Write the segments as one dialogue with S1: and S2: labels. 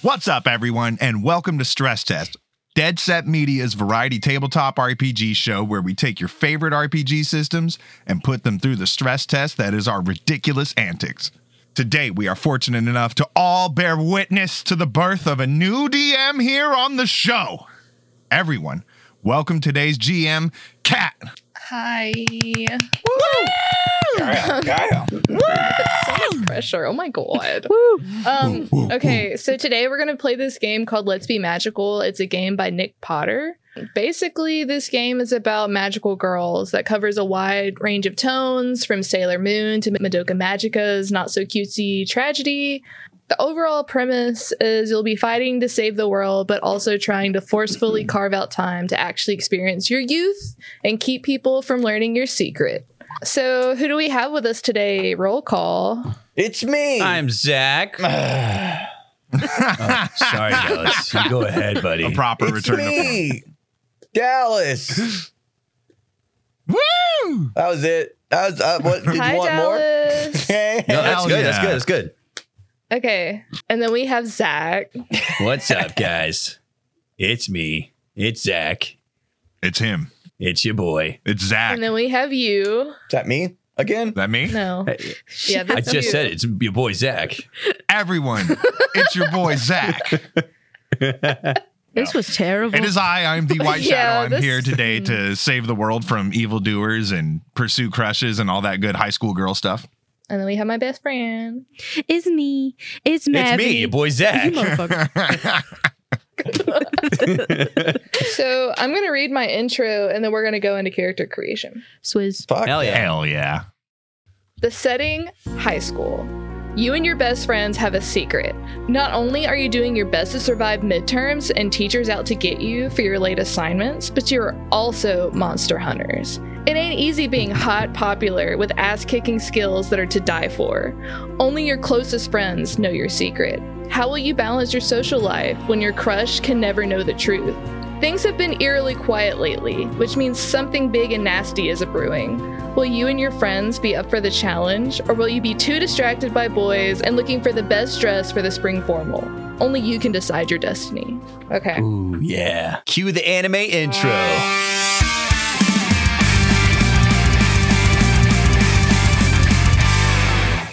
S1: What's up, everyone, and welcome to Stress Test, Dead Set Media's variety tabletop RPG show where we take your favorite RPG systems and put them through the stress test that is our ridiculous antics. Today, we are fortunate enough to all bear witness to the birth of a new DM here on the show. Everyone, welcome today's GM, Kat.
S2: Hi.
S3: Kyle, Kyle.
S2: So much pressure. Oh my god. Um
S1: Woo, woo,
S2: okay, so today we're going to play this game called Let's Be Magical. It's a game by Nick Potter. Basically, this game is about magical girls that covers a wide range of tones from Sailor Moon to Madoka Magica's not so cutesy tragedy. The overall premise is you'll be fighting to save the world, but also trying to forcefully carve out time to actually experience your youth and keep people from learning your secret. So, who do we have with us today? Roll call.
S3: It's me.
S4: I'm Zach. Oh, Sorry, Dallas. You go ahead,
S1: A
S4: buddy.
S1: proper
S3: it's
S1: return to form.
S3: me. Dallas.
S1: Woo!
S3: That was it. That was uh, what did
S2: Hi,
S3: you want more?
S2: Dallas.
S4: no, that's
S1: Hell
S4: good. That's
S1: yeah.
S4: good. That's good.
S2: okay, and then we have Zach.
S4: What's up, guys? It's me. It's Zach.
S1: It's him.
S4: It's your boy.
S1: It's Zach.
S2: And then we have you.
S3: Is that me again?
S1: Is that me?
S2: No, yeah,
S4: I
S2: that's
S4: just
S2: you.
S4: said it. it's your boy Zach.
S1: Everyone, it's your boy Zach.
S5: This was terrible.
S1: It is I. I'm the White
S2: Yeah,
S1: Shadow. I'm
S2: this-
S1: here today to save the world from evildoers and pursue crushes and all that good high school girl stuff.
S2: And then we have my best friend.
S5: It's me. It's Maddie.
S4: It's me, your boy
S5: You
S4: Zach.
S5: motherfucker.
S2: So I'm gonna read my intro, and then we're gonna go into character creation.
S5: Swizz.
S3: Fuck.
S4: Hell yeah.
S1: Hell yeah.
S2: The setting high school. You and your best friends have a secret. Not only are you doing your best to survive midterms and teachers out to get you for your late assignments, but you're also monster hunters. It ain't easy being hot popular with ass kicking skills that are to die for. Only your closest friends know your secret. How will you balance your social life when your crush can never know the truth? Things have been eerily quiet lately, which means something big and nasty is a brewing. Will you and your friends be up for the challenge, or will you be too distracted by boys and looking for the best dress for the spring formal? Only you can decide your destiny. Okay.
S4: Ooh, yeah. Cue the anime intro.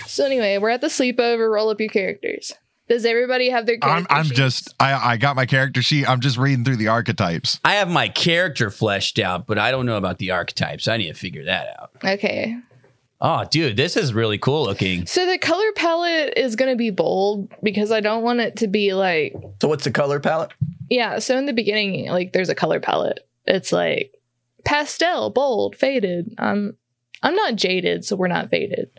S2: So anyway, we're at the sleepover. Roll up your characters. Does everybody have their?
S1: I'm,
S2: Character
S1: I'm
S2: sheets?
S1: just, I, I got my character sheet. I'm just reading through the archetypes.
S4: I have my character fleshed out, but I don't know about the archetypes. I need to figure that out.
S2: okay.
S4: Oh, dude, this is really cool looking.
S2: So the color palette is going to be bold because I don't want it to be like
S3: So what's the color palette?
S2: yeah. So in the beginning, like there's a color palette. It's like pastel, bold, faded. I'm I'm not jaded, so we're not faded.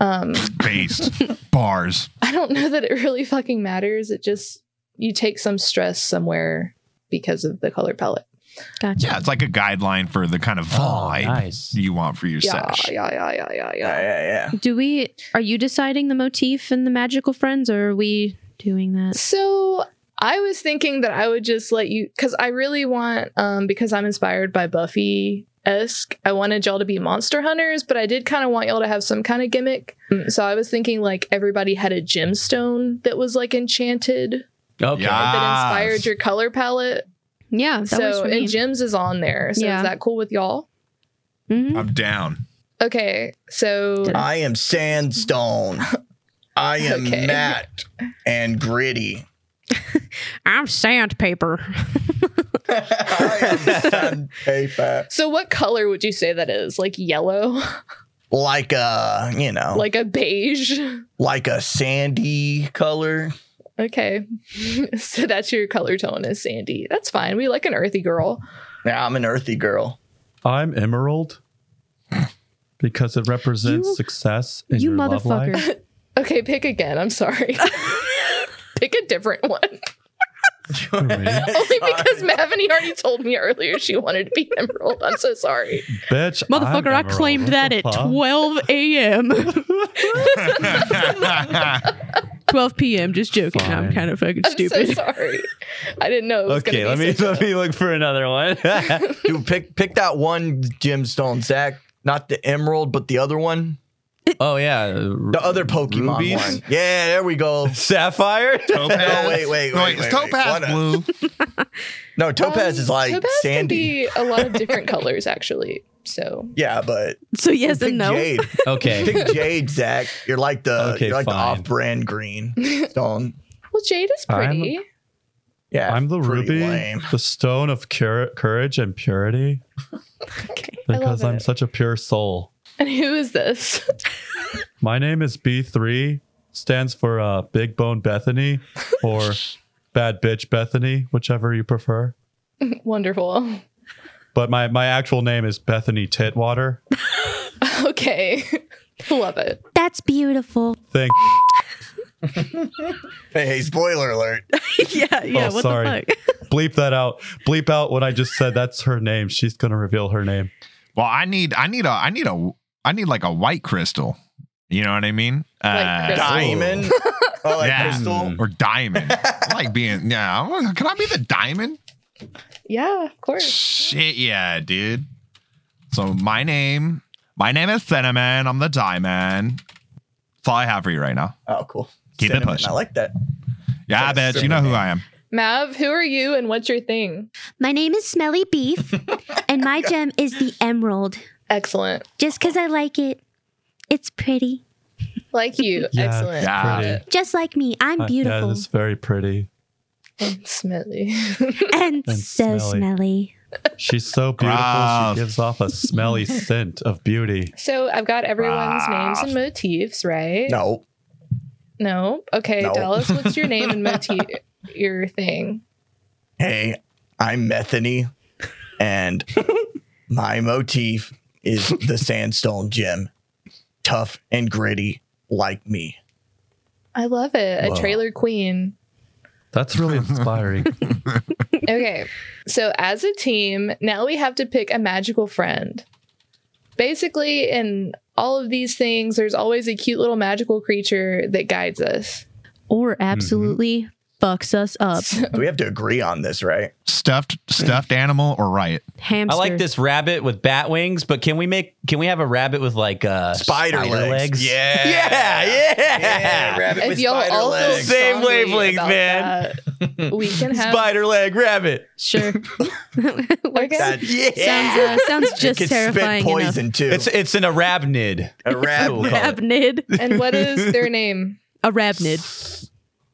S2: Um,
S1: Based bars.
S2: I don't know that it really fucking matters. It just you take some stress somewhere because of the color palette.
S5: Gotcha.
S1: Yeah, it's like a guideline for the kind of
S3: Oh,
S1: vibe
S4: nice.
S1: you want for your
S2: Yeah,
S1: sesh.
S2: yeah, yeah, yeah, yeah,
S3: Yeah,
S2: yeah.
S3: yeah,
S5: Do we? Are you deciding the motif and the magical friends, or are we doing that?
S2: So I was thinking that I would just let you because I really want um because I'm inspired by Buffy esque. I wanted y'all to be monster hunters, but I did kind of want y'all to have some kind of gimmick. So I was thinking like everybody had a gemstone that was like enchanted
S4: Okay.
S1: Yeah.
S2: that
S1: Ah.
S2: inspired your color palette.
S5: Yeah, that works
S2: so
S5: for
S2: and
S5: me.
S2: gems is on there. So
S5: Yeah.
S2: is that cool with y'all?
S5: Mhm.
S1: I'm down.
S2: Okay, so
S5: Did
S3: yeah. I am sandstone. I am
S2: Okay.
S3: matte and gritty.
S5: I'm sandpaper.
S3: I am sandpaper.
S2: So what color would you say that is? Like yellow,
S3: Like a, you know,
S2: like
S3: like,
S2: a beige.
S3: a sandy color.
S2: Okay. so that's your color tone is sandy. That's fine. We like an earthy girl.
S3: Now I'm an earthy girl.
S6: I'm emerald because it represents
S5: You-
S6: success in
S5: you
S6: your love life.
S5: motherfucker.
S2: Okay, pick again. I'm sorry. pick a different one. Only because Mavany already told me earlier she wanted to be emerald. I'm so sorry.
S6: Bitch, I'm
S5: Motherfucker, I
S6: emerald.
S5: claimed
S6: What
S5: that
S6: the
S5: at
S6: fuck?
S5: 12 a.m. 12 p.m. Just joking. I'm
S6: Fine.
S5: kind of fucking
S2: I'm so
S5: stupid.
S2: sorry. I didn't know. It was
S4: Okay,
S2: gonna
S4: let
S2: be
S4: me
S2: such a-
S4: let me look for another one.
S3: Dude, pick pick that one gemstone, Zach. Not the emerald, but the other one.
S4: Oh yeah,
S3: The other Pokemon
S4: Rubies?
S3: one. Yeah, there we go.
S4: sapphire.
S1: Topaz.
S3: No, wait, wait, wait,
S1: It's
S3: wait, wait.
S1: topaz
S3: What a-
S1: blue.
S3: No, Topaz
S2: Um,
S3: is like
S2: Topaz can
S3: sandy.
S2: be a lot of different colors actually. So
S3: Yeah, but
S5: So yes
S3: pick
S5: and no.
S3: Jade.
S4: Okay,
S3: Pick Jade, Zach. You're like the
S4: Okay,
S3: you're like
S4: fine.
S3: the off-brand green stone.
S2: well, jade is
S6: I'm-
S2: pretty.
S3: Yeah,
S6: I'm the
S3: pretty
S6: ruby,
S3: lame.
S6: the stone of cur- courage and purity,
S2: Okay, I love
S6: because I'm
S2: it.
S6: such a pure soul.
S2: And who is this?
S6: My name is B3, stands for uh, Big Bone Bethany or Bad Bitch Bethany, whichever you prefer.
S2: Wonderful.
S6: But my, my actual name is Bethany Titwater.
S2: Okay, love it.
S5: That's beautiful.
S6: Thank
S3: Hey, hey, spoiler alert.
S5: yeah, yeah.
S6: Oh,
S5: what
S6: sorry.
S5: the fuck?
S6: bleep that out. Bleep out what I just said. That's her name. She's gonna reveal her name.
S1: Well, I need, I need a, I need a, I need like a white crystal. You know what I mean? Uh,
S2: White crystal.
S3: Diamond. Oh, like
S1: Yeah. Mm.
S3: crystal.
S1: or diamond. I like being, yeah. I'm- Can I be the diamond?
S2: Yeah, of course.
S1: Shit, yeah, dude. So my name, my name is Cinnamon. I'm the diamond. That's all I have for you right now.
S3: Oh, cool.
S1: Keep it
S3: Cinnamon.
S1: pushing.
S3: I like that.
S1: Yeah,
S3: That's
S1: bitch. You know who
S3: Cinnamon.
S1: I am.
S2: Mav, who are you and what's your thing?
S7: My name is Smelly Beef, and my gem is the emerald.
S2: Excellent.
S7: Just because I like it, it's pretty.
S2: Like you.
S6: Yeah,
S2: Excellent.
S1: yeah.
S2: Love it.
S7: Just like me, I'm
S6: Uh,
S7: beautiful
S6: Yeah, it's very pretty.
S2: And Smelly.
S7: and,
S6: And
S7: so
S6: smelly.
S7: smelly.
S6: She's so beautiful.
S1: Gross.
S6: She gives off a smelly scent of beauty.
S2: so I've got everyone's
S1: Ah.
S2: names and motifs, right?
S3: No.
S2: No? Okay,
S3: No.
S2: Dallas, what's your name and motif? Your thing.
S3: Hey, I'm Methany, and my motif is the sandstone gem. Tough and gritty, like me.
S2: I love it. A
S6: Wow.
S2: trailer queen.
S6: That's really inspiring.
S2: Okay. So as a team, now we have to pick a magical friend. Basically, in all of these things, there's always a cute little magical creature that guides us.
S5: Or absolutely
S6: Mm-hmm.
S5: fucks us up.
S3: We have to agree on this, right?
S1: Stuffed, stuffed animal or riot?
S5: Hamster.
S4: I like this rabbit with bat wings, but can we make can we have a rabbit with like uh
S3: Spider, legs. Yeah.
S4: Yeah, yeah.
S3: rabbit
S2: if y'all all feel
S4: legs. Same
S2: strongly
S4: wavelength,
S2: about
S4: man.
S2: that, we can have
S4: Spider leg rabbit.
S5: Sure. Works.
S2: Okay.
S3: That-
S4: Yeah.
S5: Sounds, uh, sounds
S3: it
S5: just
S3: could
S5: terrifying
S3: spit poison too.
S4: It's it's an arachnid.
S3: a
S5: enough.
S3: rabbit.
S5: Arachnid.
S2: And what is their name?
S5: A rabnid.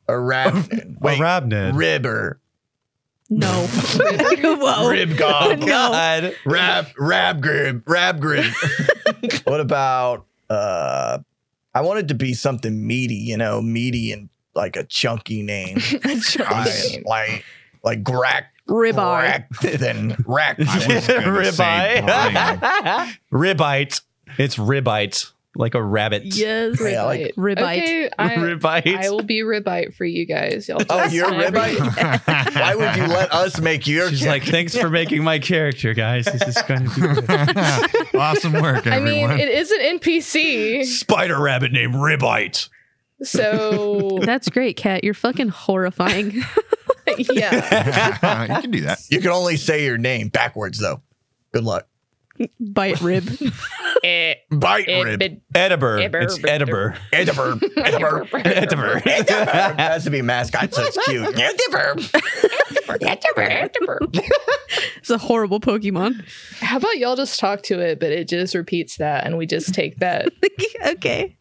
S3: A rabbit.
S6: Wait,
S3: Wait, ribber.
S5: No. Whoa.
S3: Rib
S2: Oh,
S3: gob.
S4: God.
S3: Rab rab grib. Rab grib. what about uh I wanted to be something meaty, you know, meaty and like a chunky name. like, like like grack
S5: Ribar.
S3: rack then rack.
S1: I was gonna say
S4: Ribeye. Ribite. It's ribite. Like a rabbit.
S5: Yes.
S3: Yeah, I like
S2: Ribeye.
S5: Ribeye.
S2: Okay, I, I
S4: Ribite.
S2: will be ribite for you guys. Y'all
S3: Oh,
S2: just
S3: you're
S2: sign every-
S3: ribeye? Why would you let us make your
S4: She's like, thanks for making my character, guys. This is going to be good.
S1: awesome work,
S2: I mean,
S1: everyone.
S2: it is an NPC,
S4: spider rabbit named Ribite.
S2: so
S5: That's great, Kat. You're fucking horrifying.
S2: yeah.
S1: you can do that.
S3: you can only say your name backwards though. Good luck.
S5: Bite rib.
S3: Eh, Bite rib.
S2: That's
S4: Ediber.
S2: Eber-
S4: It's Ediber.
S3: Ediver. Ediver.
S4: Ediber.
S3: Ediver. has to be a mascot, so it's cute. Ediver.
S5: It's a horrible Pokemon.
S2: How about y'all just talk to it, but it just repeats that, and we just take that.
S5: okay.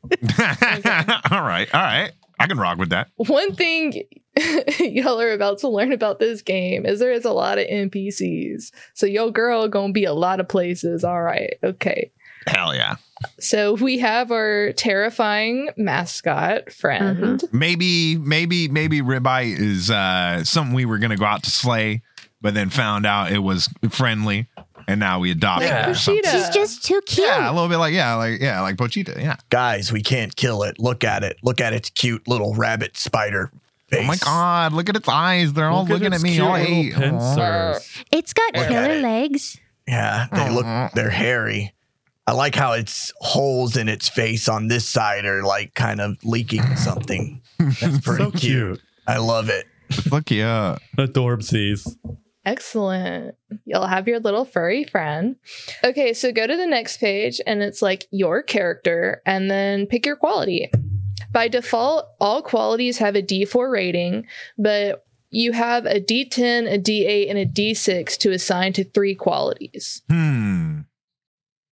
S1: all right, all right. I can rock with that.
S2: One thing y'all are about to learn about this game is there is a lot of NPCs, so your girl gonna be a lot of places. All right, okay.
S1: Hell yeah.
S2: So we have our terrifying mascot friend.
S1: Maybe, maybe, maybe ribeye is uh, something we were gonna go out to slay, but then found out it was friendly, and now we adopt
S2: Like
S1: it. or something.
S2: Kushida.
S7: She's just too cute.
S1: Yeah, a little bit like yeah, like yeah, like Pochita. Yeah.
S3: Guys, we can't kill it. Look at it. Look at its cute little rabbit spider face.
S1: Oh my god, look at its eyes. They're all
S6: Look at
S1: looking at
S6: its
S1: me.
S6: cute
S1: All
S6: little
S1: eight.
S6: pincers.
S2: Aw.
S7: It's got
S3: Look at
S7: killer
S3: it.
S7: legs.
S3: Yeah, they
S1: Aw.
S3: look they're hairy. I like how its holes in its face on this side are like kind of leaking something. That's pretty
S6: so cute.
S3: I love it.
S1: Look yeah.
S6: Adorbsies.
S2: Excellent. You'll have your little furry friend. Okay, so go to the next page and it's like your character and then pick your quality. By default, all qualities have a D4 rating, but you have a D10, a D8, and a D6 to assign to three qualities.
S1: Hmm.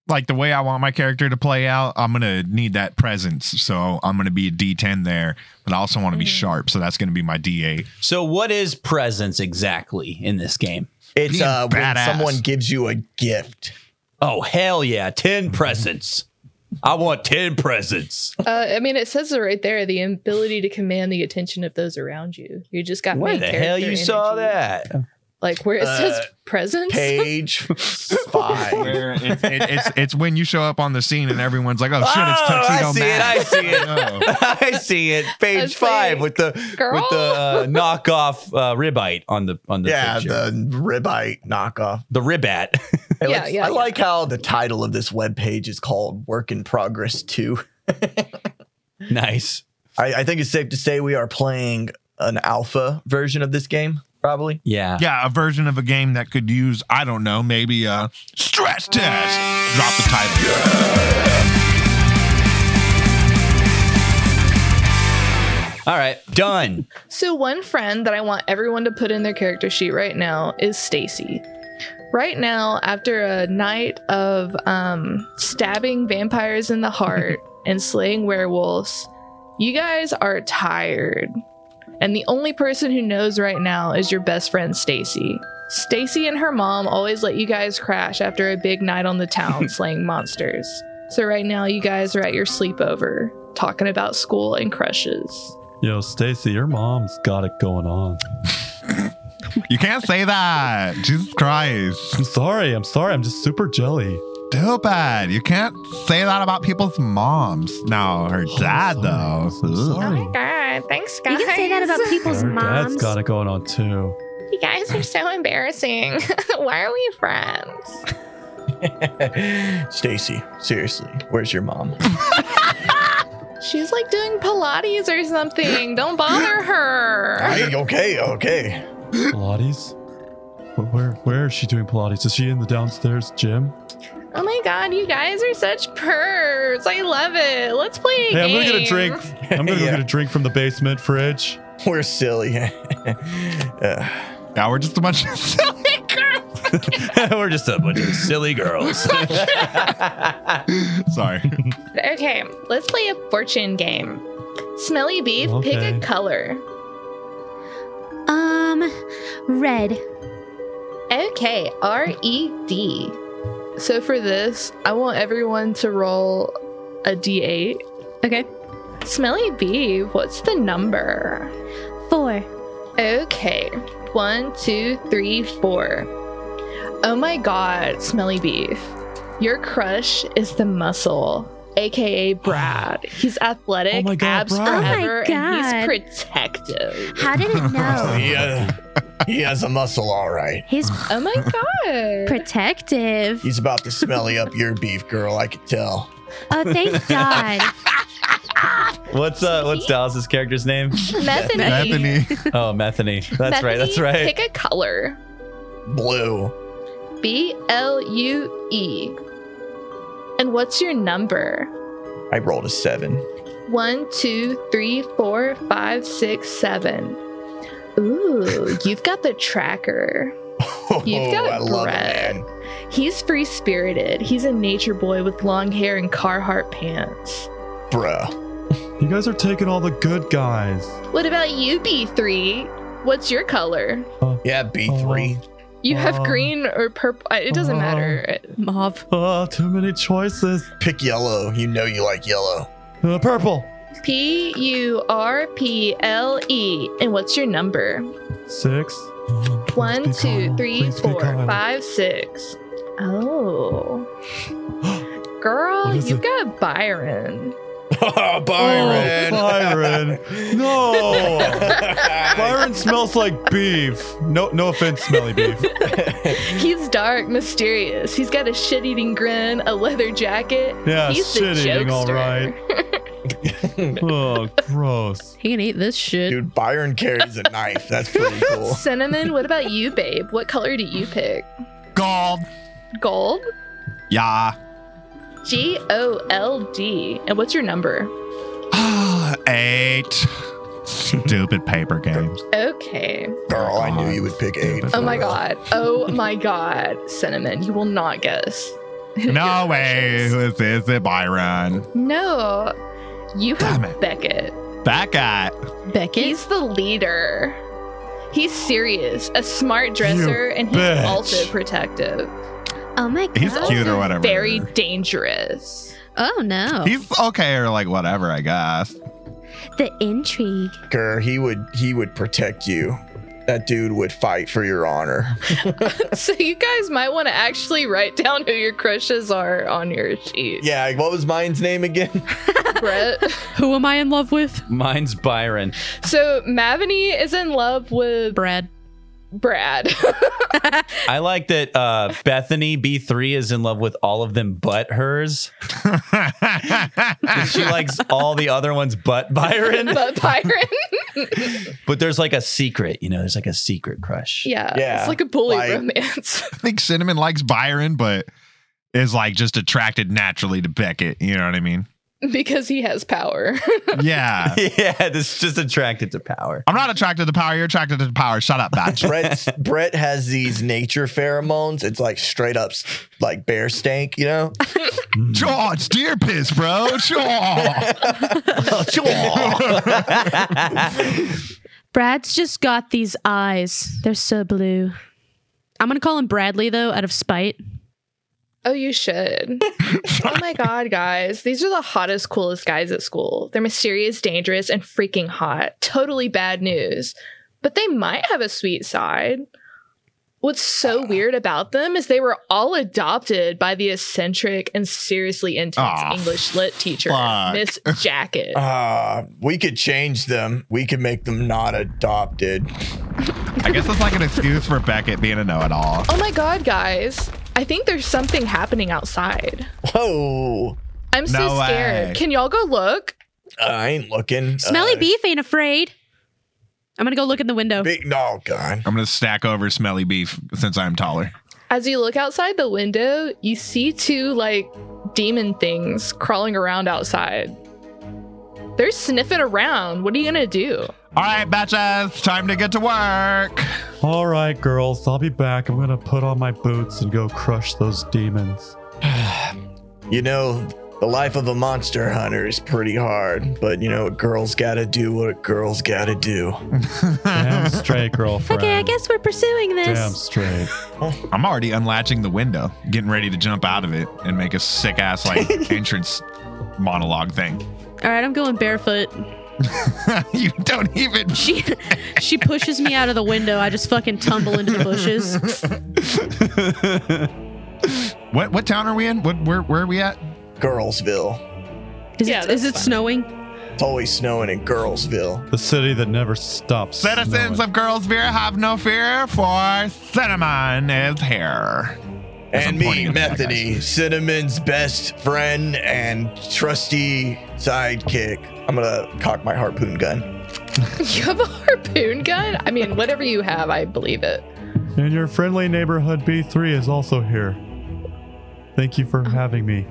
S1: Like the way I want my character to play out, I'm gonna need that presence. So I'm gonna be a D10 there, but I also want to be
S2: Mhm.
S1: sharp. So that's gonna be my D8.
S4: So, what is presence exactly in this game?
S3: It's
S1: Being
S3: uh, when
S1: badass.
S3: someone gives you a gift.
S4: Oh, hell yeah. 10
S2: Mm-hmm.
S4: presents. I want 10 presents.
S2: Uh, I mean, it says it right there the ability to command the attention of those around you. You just got
S4: Where
S2: main
S4: the
S2: character
S4: hell you saw
S2: energy.
S4: that?
S2: Like where it says
S3: Uh,
S2: presence.
S3: Page five.
S8: Where it's,
S1: It- it's it's when you show up on the scene and everyone's like, oh shit, it's
S4: Oh, I
S1: Tuxedo
S4: see it,
S1: Mask.
S4: I see it.
S1: Oh.
S4: I see it. Page
S2: That's
S4: five
S2: like,
S4: with the with the uh, knockoff uh, ribite on the on the
S3: Yeah, the
S4: picture.
S3: ribeye knockoff.
S4: the ribat.
S3: I
S2: Yeah,
S3: like,
S2: yeah,
S3: I like how the title of this webpage is called Work in Progress 2.
S4: nice.
S3: I, I think it's safe to say we are playing an alpha version of this game, probably.
S4: Yeah.
S1: Yeah, a version of a game that could use, I don't know, maybe a stress test. Drop the title.
S4: All right. Done.
S2: So one friend that I want everyone to put in their character sheet right now is Stacy. Right now, after a night of um, stabbing vampires in the heart and slaying werewolves, you guys are tired. And the only person who knows right now is your best friend Stacy. Stacy and her mom always let you guys crash after a big night on the town slaying monsters. So right now you guys are at your sleepover talking about school and crushes.
S6: Yo, Stacy, your mom's got it going on.
S1: You can't say that. Jesus Christ.
S6: I'm sorry. I'm sorry. I'm just super jelly.
S1: Stupid. You can't say that about people's moms. No, her dad, though.
S6: Oh, I'm so
S1: Ugh.
S6: sorry.
S2: god, thanks
S7: You can say that about people's
S6: Her
S7: moms.
S6: dad's got it going on too.
S2: you guys are so embarrassing. Why are we friends?
S3: Stacy, seriously, where's your mom?
S2: She's like doing Pilates or something. Don't bother her.
S3: I- okay, okay.
S6: Pilates? Where, where where is she doing Pilates? Is she in the downstairs gym?
S2: Oh my god, you guys are such pervs. I love it. Let's play a
S6: Hey, I'm
S2: game.
S6: gonna get a drink. I'm gonna go
S3: Yeah.
S6: get a drink from the basement fridge.
S3: We're silly. Uh,
S1: Now we're just a bunch of silly girls.
S4: We're just a bunch of silly girls.
S1: Sorry.
S2: Okay, let's play a fortune game. Smelly beef, pick
S6: Okay.
S2: a color.
S7: Um, red.
S2: Okay, R E D. So for this, I want everyone to roll a D8.
S5: Okay.
S2: Smelly Bee, what's the number?
S7: Four.
S2: Okay, one, two, three, four. Oh my god, Smelly Beef. Your crush is the muscle, aka Brad. He's athletic,
S6: Oh my God,
S2: abs
S6: Brad. Oh
S7: my
S2: forever,
S7: God.
S2: and he's protective.
S7: How did it know?
S3: he, uh, he has a muscle, all right.
S7: He's
S2: Oh my god.
S7: protective.
S3: He's about to smelly up your beef, girl. I could tell.
S7: Oh, thank God.
S4: what's uh what's Dallas's character's name?
S2: Methany.
S1: Bethany.
S4: Oh, Methany. That's right. That's
S2: Methany,
S4: right.
S2: Pick a color.
S3: Blue.
S2: B L U E. And what's your number?
S3: I rolled a seven.
S2: One, two, three, four, five, six, seven. Ooh, you've got the tracker. You've got
S3: Oh, I love
S2: bread.
S3: it, man.
S2: He's free spirited. He's a nature boy with long hair and Carhartt pants.
S3: Bruh.
S6: You guys are taking all the good guys.
S2: What about you, B3? What's your color?
S3: Yeah, B3.
S2: You have
S6: Uh,
S2: green or purple. uh, It doesn't
S6: uh,
S2: matter.
S5: Mauve.
S6: Oh, too many choices.
S3: Pick yellow. You know you like yellow.
S6: Uh, purple.
S2: P U R P L E. And what's your number?
S6: Six. Oh, please be
S2: One, two,
S6: Kyle.
S2: three,
S6: Please be
S2: four,
S6: Kyle.
S2: five, six. Oh. Girl,
S6: What is
S2: you've
S6: it?
S2: got Byron.
S3: oh,
S6: Oh, Byron. No. Byron smells like beef. No, no offense, smelly beef.
S2: He's dark, mysterious. He's got a shit eating grin, a leather jacket.
S6: Yeah,
S2: He's the
S6: shit eating, all
S2: jokester.
S6: right. Oh, gross.
S5: He can eat this shit.
S3: Dude, Byron carries a knife. That's pretty cool.
S2: Cinnamon, what about you, babe? What color do you pick?
S1: Gold.
S2: Gold?
S1: Yeah.
S2: G O L D. And what's your number?
S1: Eight. Stupid paper games.
S2: Okay.
S3: Girl, I knew you would pick eight.
S2: Oh my god. Oh my god. Cinnamon, you will not guess.
S1: No way. Who is this? Is it Byron?
S2: No. You
S1: Damn
S2: have
S1: it.
S2: Beckett.
S1: That guy.
S5: Beckett.
S2: He's the leader. He's serious, a smart dresser, and he's
S6: bitch.
S2: also protective.
S7: Oh my god.
S1: He's cute or whatever.
S2: Very dangerous.
S5: oh no.
S1: He's okay or like whatever, I guess.
S7: The intrigue.
S3: Girl, he would he would protect you. That dude would fight for your honor.
S2: so you guys might want to actually write down who your crushes are on your sheet.
S3: Yeah, what was mine's name again?
S2: Brett.
S5: Who am I in love with?
S4: Mine's Byron.
S2: So Mavany is in love with
S5: Brad.
S2: Brad.
S4: I like that uh, Bethany B3 is in love with all of them but hers. She likes all the other ones but Byron.
S2: but Byron.
S4: But there's like a secret, you know, there's like a secret crush.
S2: Yeah.
S3: Yeah,
S2: It's like a bully
S3: like-
S2: romance.
S1: I think Cinnamon likes Byron, but is like just attracted naturally to Beckett. You know what I mean?
S2: because he has power.
S1: Yeah.
S4: Yeah, this is just attracted to power.
S1: I'm not attracted to power. You're attracted to power. Shut up, bitch.
S3: Brett Brett has these nature pheromones. It's like straight up like bear stank, you know?
S1: Jaw, it's deer piss, bro. Jaw.
S5: Brad's just got these eyes. They're so blue. I'm gonna call him Bradley though, out of spite.
S2: oh, you should. oh my God, guys. These are the hottest, coolest guys at school. They're mysterious, dangerous, and freaking hot. Totally bad news. But they might have a sweet side. What's
S1: Ah.
S2: so weird about them is they were all adopted by the eccentric and seriously intense
S1: Aw,
S2: English lit teacher,
S1: Ah, fuck. Ah.
S2: Miss Jacket.
S3: Uh, we could change them. We could make them not adopted.
S1: I guess that's like an excuse for Beckett being a know it all.
S2: Oh my god, guys. I think there's something happening outside.
S3: Whoa.
S2: I'm so
S1: No
S2: scared.
S1: way.
S2: Can y'all go look?
S3: I ain't looking.
S5: Smelly
S3: Uh,
S5: beef ain't afraid. I'm gonna go look in the window.
S3: Big no god.
S1: I'm going to stack over smelly beef since I'm taller.
S2: As you look outside the window, you see two like demon things crawling around outside. They're sniffing around. What are you gonna do?
S1: All right, batches, time to get to work.
S6: All right, girls, I'll be back. I'm gonna put on my boots and go crush those demons.
S3: You know, the life of a monster hunter is pretty hard, but you know, a girl's gotta do what a girl's gotta do.
S6: Damn straight, girlfriend.
S5: Okay, I guess we're pursuing this.
S6: Damn straight.
S1: I'm already unlatching the window, getting ready to jump out of it and make a sick ass like entrance monologue thing.
S5: All right, I'm going barefoot.
S1: you don't even.
S5: She she pushes me out of the window. I just fucking tumble into the bushes.
S1: What what town are we in? What where where are we at?
S3: Girlsville.
S5: Is
S2: Yeah,
S5: it,
S2: that's
S5: is it
S2: fine.
S5: snowing?
S3: It's always snowing in Girlsville.
S6: The city that never stops.
S1: Citizens
S6: snowing.
S1: of Girlsville have no fear, for cinnamon is here. As I'm
S3: and
S1: pointing
S3: me,
S1: at the bad
S3: Methany, Cinnamon's best friend and trusty sidekick. I'm gonna cock my harpoon gun.
S2: You have a harpoon gun? I mean, whatever you have, I believe it.
S6: And your friendly neighborhood B3 is also here. Thank you for having me.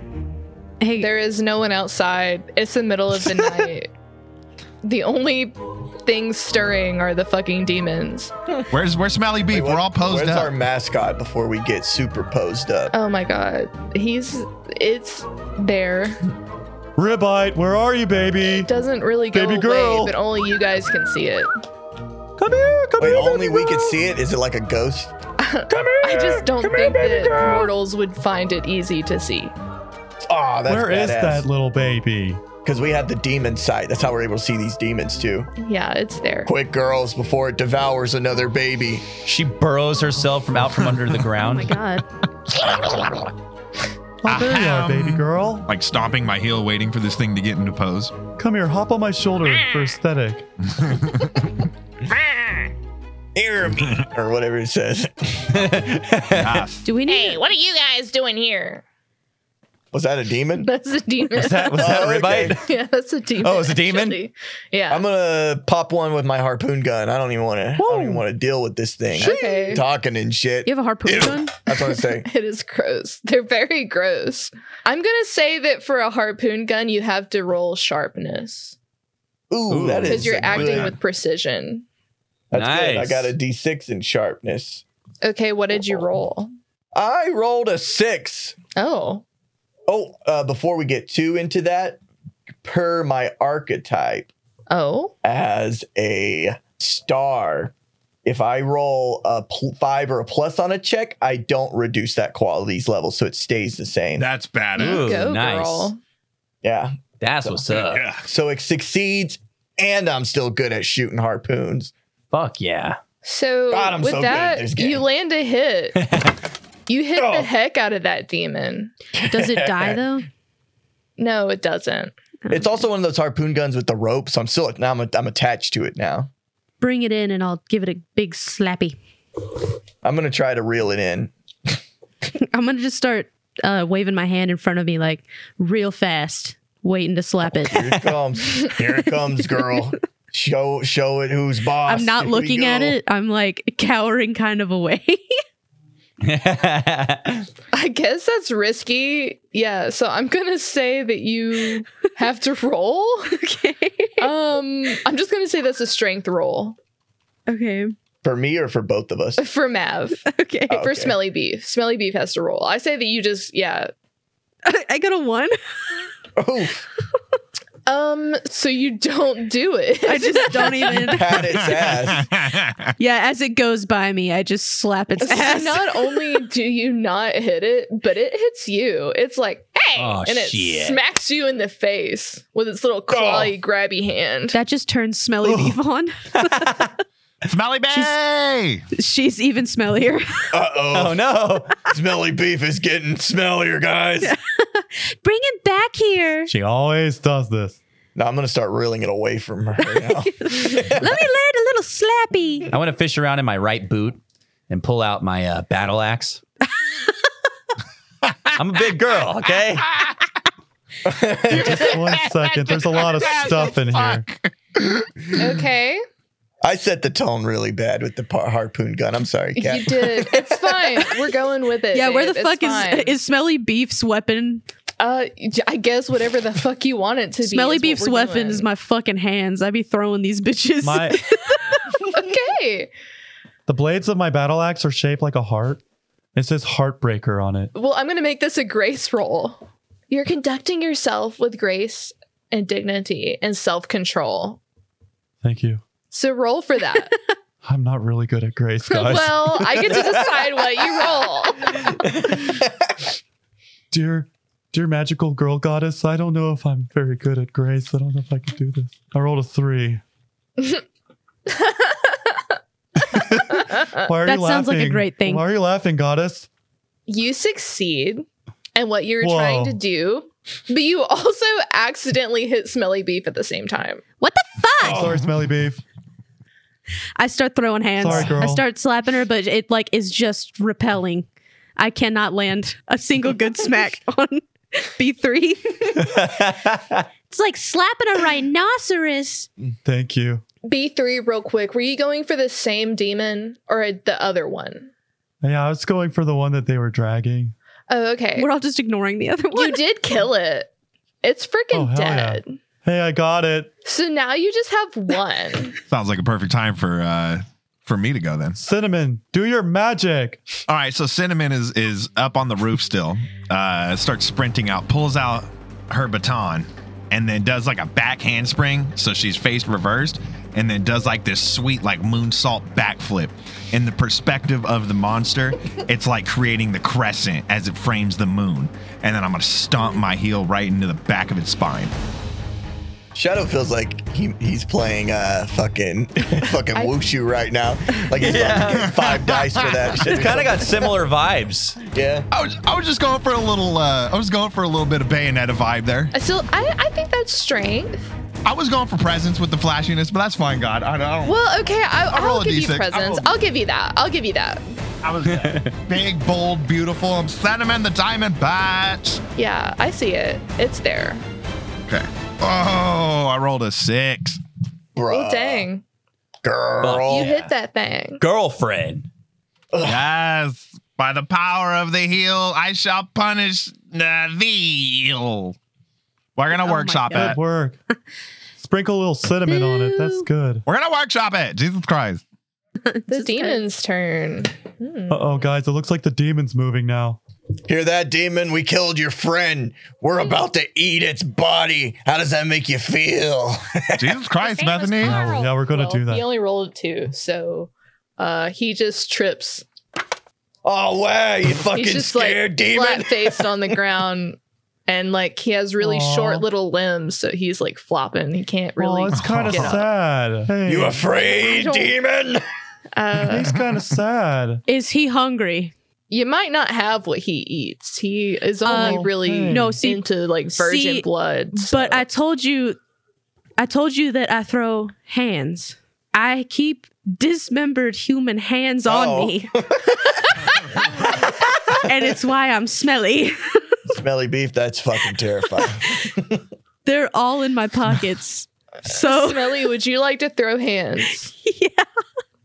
S5: Hey,
S2: There is no one outside. It's the middle of the night. The only things stirring are the fucking demons.
S1: Where's where's Smelly Beef?
S3: Wait, what-
S1: We're all posed
S3: Where's
S1: up.
S3: our mascot before we get super posed up?
S2: Oh my god. He's it's there.
S6: Ribite, where are you, baby?
S2: It doesn't really go
S6: Baby
S2: away,
S6: girl.
S2: but only you guys can see it.
S6: Come here, come
S3: Wait,
S6: here.
S3: only we could see it? Is it like a ghost?
S2: I just don't think that mortals would find it easy to see.
S3: Ah, that's
S6: Where is that little baby?
S3: Because we have the demon sight. That's how we're able to see these demons too.
S2: Yeah, it's there.
S3: Quick, girls, before it devours another baby.
S4: She burrows herself from out from under the
S5: oh
S4: ground.
S5: my god.
S6: Oh, there you are, baby
S1: Ahem.
S6: girl.
S1: Like stomping my heel, waiting for this thing to get into pose.
S6: Come here, hop on my shoulder for aesthetic.
S3: Hear me. or whatever it says.
S1: Ah,
S5: Do we need?
S2: what are you guys doing here?
S3: Was that a demon?
S2: That's a demon.
S4: Was that was
S3: Oh,
S4: that
S3: okay.
S4: ribeye?
S2: yeah, that's a demon.
S4: Oh, it's a demon?
S2: actually. Yeah.
S3: I'm gonna pop one with my harpoon gun. I don't even want to. I don't even want to deal with this thing.
S2: Okay.
S3: Talking and shit.
S5: You have a harpoon
S3: Ew.
S5: gun?
S3: That's what I'm saying.
S2: It is gross. They're very gross. I'm gonna say that for a harpoon gun, you have to roll sharpness
S3: Ooh,
S4: Ooh.
S3: that is
S2: because you're
S3: a
S2: acting
S3: good-
S2: with precision.
S3: That's good. I
S4: Nice.
S3: got a D6 in sharpness.
S2: Okay, what did you
S3: Oh.
S2: roll?
S3: I rolled a six.
S2: Oh,
S3: Oh, uh, before we get too into that, per my archetype,
S2: oh,
S3: as a star. If I roll a pl- five or a plus on a check, I don't reduce that qualities level, so it stays the same.
S1: That's badass.
S4: Ooh,
S2: go
S4: nice.
S2: girl.
S3: yeah.
S4: That's what's up.
S1: Yeah.
S3: So it succeeds, and I'm still good at shooting harpoons.
S4: Fuck yeah.
S2: So
S3: God, I'm
S2: with
S3: so good at this
S2: that,
S3: game.
S2: you land a hit. you hit
S3: Oh.
S2: the heck out of that demon.
S5: Does it die though?
S2: No, it doesn't.
S5: Hmm.
S3: It's also one of those harpoon guns with the rope, so I'm still now I'm, I'm attached to it now.
S5: Bring it in and I'll give it a big slappy.
S3: I'm gonna try to reel it in.
S5: I'm gonna just start uh, waving my hand in front of me like real fast, waiting to slap it.
S3: Here it comes, here it comes, girl. Show show it who's boss.
S5: I'm not
S3: Here we
S5: looking at
S3: go.
S5: it. I'm like cowering kind of away.
S2: I guess that's risky. Yeah, so I'm gonna say that you have to roll.
S5: okay.
S2: Um, I'm just gonna say that's a strength roll
S5: Okay.
S3: for me or for both of us.
S2: for Mav.
S5: Okay.
S3: Oh.
S2: For
S3: Okay.
S2: Smelly Beef. Smelly Beef has to roll. I say that you just yeah.
S5: I got a one.
S3: Oh,
S2: Um, so you don't do it.
S5: I just don't even.
S3: pat its ass.
S5: Yeah, as it goes by me, I just slap its
S2: So
S5: ass.
S2: not only do you not hit it, but it hits you. It's like, hey,
S4: Oh,
S2: and it
S4: shit.
S2: smacks you in the face with its little clawy, grabby hand.
S5: that just turns Smelly Beef on.
S1: Smelly Bay.
S5: She's even smellier.
S3: Uh oh.
S4: oh no.
S3: Smelly beef is getting smellier, guys.
S5: Bring it back here.
S6: She always does this.
S3: Now I'm gonna start reeling it away from her. Now.
S5: Let me land a little slappy.
S4: I want to fish around in my right boot and pull out my uh, battle axe. I'm a big girl, okay?
S6: Just one second. There's a lot of stuff in here.
S2: Okay,
S3: I set the tone really bad with the par- harpoon gun. I'm sorry,
S2: you
S3: Kat.
S2: did. It's fine. We're going with it.
S5: Yeah, where the
S2: babe. It's
S5: fuck
S2: fine.
S5: is is Smelly Beef's weapon?
S2: Uh, I guess whatever the fuck you want it to
S5: Smelly
S2: be. is
S5: Beef's
S2: what we're
S5: weapon
S2: doing.
S5: is my fucking hands. I be throwing these bitches.
S6: My
S2: okay.
S6: the blades of my battle axe are shaped like a heart. It says heartbreaker on it.
S2: Well, I'm gonna make this a grace roll. You're conducting yourself with grace and dignity and self control.
S6: Thank you.
S2: So roll for that.
S6: I'm not really good at grace, guys.
S2: well, I get to decide what you roll.
S6: dear, dear magical girl goddess, I don't know if I'm very good at grace. I don't know if I can do this. I rolled a three. Why are
S5: That
S6: you
S5: sounds like a
S6: laughing?
S5: great thing.
S6: Why are you laughing, goddess?
S2: You succeed and what you're
S6: Whoa.
S2: trying to do, but you also accidentally hit Smelly Beef at the same time.
S5: What the fuck?
S6: Sorry, smelly beef.
S5: I start throwing hands.
S6: Sorry, girl.
S5: I start slapping her, but it like is just repelling. I cannot land a single good smack on B3.
S7: It's like slapping a rhinoceros.
S6: Thank you.
S2: B3, real quick, were you going for the same demon or the other one?
S6: Yeah, I was going for the one that they were dragging.
S2: Oh, okay.
S5: We're all just ignoring the other one.
S2: You did kill it. It's
S6: Oh,
S2: freaking
S6: hell yeah.
S2: dead.
S6: Hey, I got it.
S2: So now you just have one.
S1: Sounds like a perfect time for uh for me to go then.
S6: Cinnamon, do your magic.
S1: All right, so Cinnamon is is up on the roof still. Uh starts sprinting out, pulls out her baton, and then does like a back handspring, so she's face reversed, and then does like this sweet like moonsault backflip. In the perspective of the monster, it's like creating the crescent as it frames the moon. And then I'm gonna stomp my heel right into the back of its spine.
S3: Shadow feels like he, he's playing uh fucking fucking
S2: I-
S3: wushu right now. Like he's about to get five dice for that shit.
S4: It's kind of got similar vibes.
S3: yeah.
S1: I was I was just going for a little uh I was going for a little bit of bayonetta vibe there.
S2: I still, I, I think that's strength.
S1: I was going for presence with the flashiness, but that's fine, God. I don't. I don't
S2: Well, okay, I,
S1: I'll roll
S2: I'll,
S1: a
S2: give you
S1: D6. I'll
S2: presents.
S1: roll-
S2: I'll give you that. I'll give you that.
S8: I was good.
S1: Big, bold, beautiful. I'm sending him in the diamond patch.
S2: Yeah, I see it. It's there.
S1: Okay. Oh, I rolled a six.
S3: Bro.
S1: Uh,
S2: well, dang.
S1: oh,
S3: Girl.
S2: You hit that thing.
S4: Girlfriend.
S1: Yes. By the power of the heel, I shall punish uh, thee. We're gonna
S5: Oh my
S1: workshop
S5: God.
S1: it.
S6: Good work. Sprinkle a little cinnamon on it. That's good.
S1: We're gonna workshop it. Jesus Christ.
S2: The demon's turn. Hmm.
S6: Uh oh, guys, it looks like the demon's moving now.
S3: Hear that, demon? We killed your friend. We're about to eat its body. How does that make you feel?
S1: Jesus Christ,
S7: His name was
S1: Bethany.
S7: Carl.
S6: Yeah, we're gonna
S2: Well,
S6: do
S2: He
S6: that.
S2: only rolled a two, so uh, he just trips.
S3: Oh, wow. You fucking
S2: He's just
S3: scared,
S2: like
S3: demon.
S2: flat faced on the ground, and like he has really
S6: Aw.
S2: short little limbs, so he's like flopping. He can't really.
S6: oh, it's kind of
S2: get up.
S6: sad. Hey,
S3: You
S2: I
S3: afraid,
S2: don't-
S3: demon?
S2: Uh,
S6: he's kind of sad.
S5: Is he hungry?
S2: you might not have what he eats. He is only
S5: Oh,
S2: really
S6: hey.
S5: No, see,
S2: into like virgin
S5: see,
S2: blood.
S5: But I told you, I told you that I throw hands. I keep dismembered human hands
S3: Oh.
S5: on me. and it's why I'm smelly.
S3: Smelly beef, that's fucking terrifying.
S5: They're all in my pockets. So
S2: Smelly, would you like to throw hands?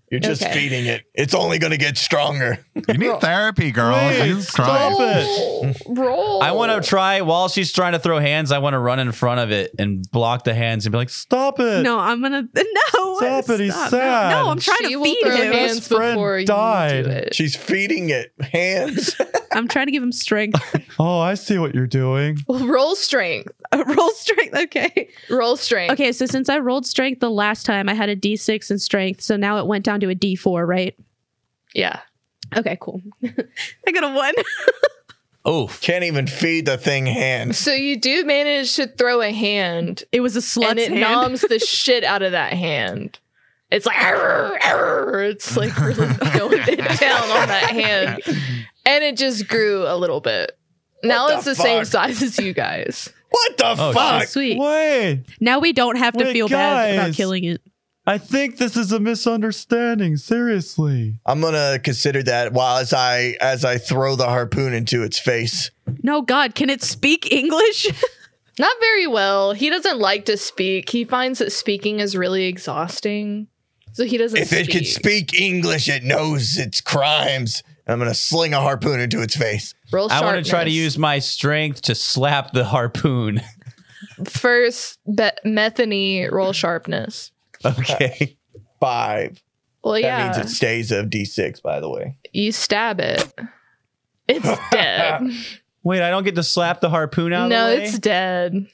S3: You're just
S2: Okay.
S3: feeding it. It's only going to get stronger.
S1: You need therapy, girl.
S6: Wait,
S1: Jesus
S6: stop
S1: Christ.
S2: Roll. Roll.
S4: I want to try while she's trying to throw hands. I want to run in front of it and block the hands and be like,
S6: Stop it.
S5: no, I'm gonna no.
S6: Stop it, he's
S5: no.
S6: sad.
S5: No, I'm trying
S2: She
S5: to
S2: will
S5: feed
S2: throw
S5: him.
S6: hand-
S2: hands
S6: Best friend
S2: before you
S6: died.
S2: do it.
S3: She's feeding it hands.
S5: I'm trying to give him strength.
S6: Oh, I see what you're doing.
S2: Well, roll strength.
S5: Uh, roll strength. Okay.
S2: Roll strength.
S5: Okay. So since I rolled strength the last time, I had a D6 in strength. So now it went down to a D4, right?
S2: Yeah.
S5: Okay. Cool. I got a one.
S4: oof.
S3: Can't even feed the thing hands.
S2: So you do manage to throw a hand,
S5: It was a
S2: and
S5: slut's
S2: it
S5: hand.
S2: noms the shit out of that hand. It's like "Arr, arr." it's like really going down on that hand, and it just grew a little bit. Now
S3: What the
S2: it's the same
S3: fuck?
S2: size as you guys.
S3: What the
S4: Oh,
S5: Oh,
S3: fuck?
S5: sweet.
S6: Wait,
S5: Now we don't have to
S6: Wait,
S5: feel bad about
S6: guys.
S5: killing it.
S6: I think this is a misunderstanding. Seriously.
S3: I'm gonna consider that while as I as I throw the harpoon into its face.
S5: No, God, can it speak English?
S2: Not very well. He doesn't like to speak. He finds that speaking is really exhausting, so he doesn't.
S3: If it could speak English, it knows its crimes. And I'm gonna sling a harpoon into its face.
S2: roll
S4: I want
S2: sharpness.
S4: to try to use my strength to slap the harpoon.
S2: first be- methany roll sharpness.
S4: Okay.
S3: Five.
S2: Well, yeah,
S3: That means it stays of D6, by the way.
S2: you stab it. It's dead.
S4: Wait, I don't get to slap the harpoon out
S2: no,
S4: of the way?
S2: it's dead.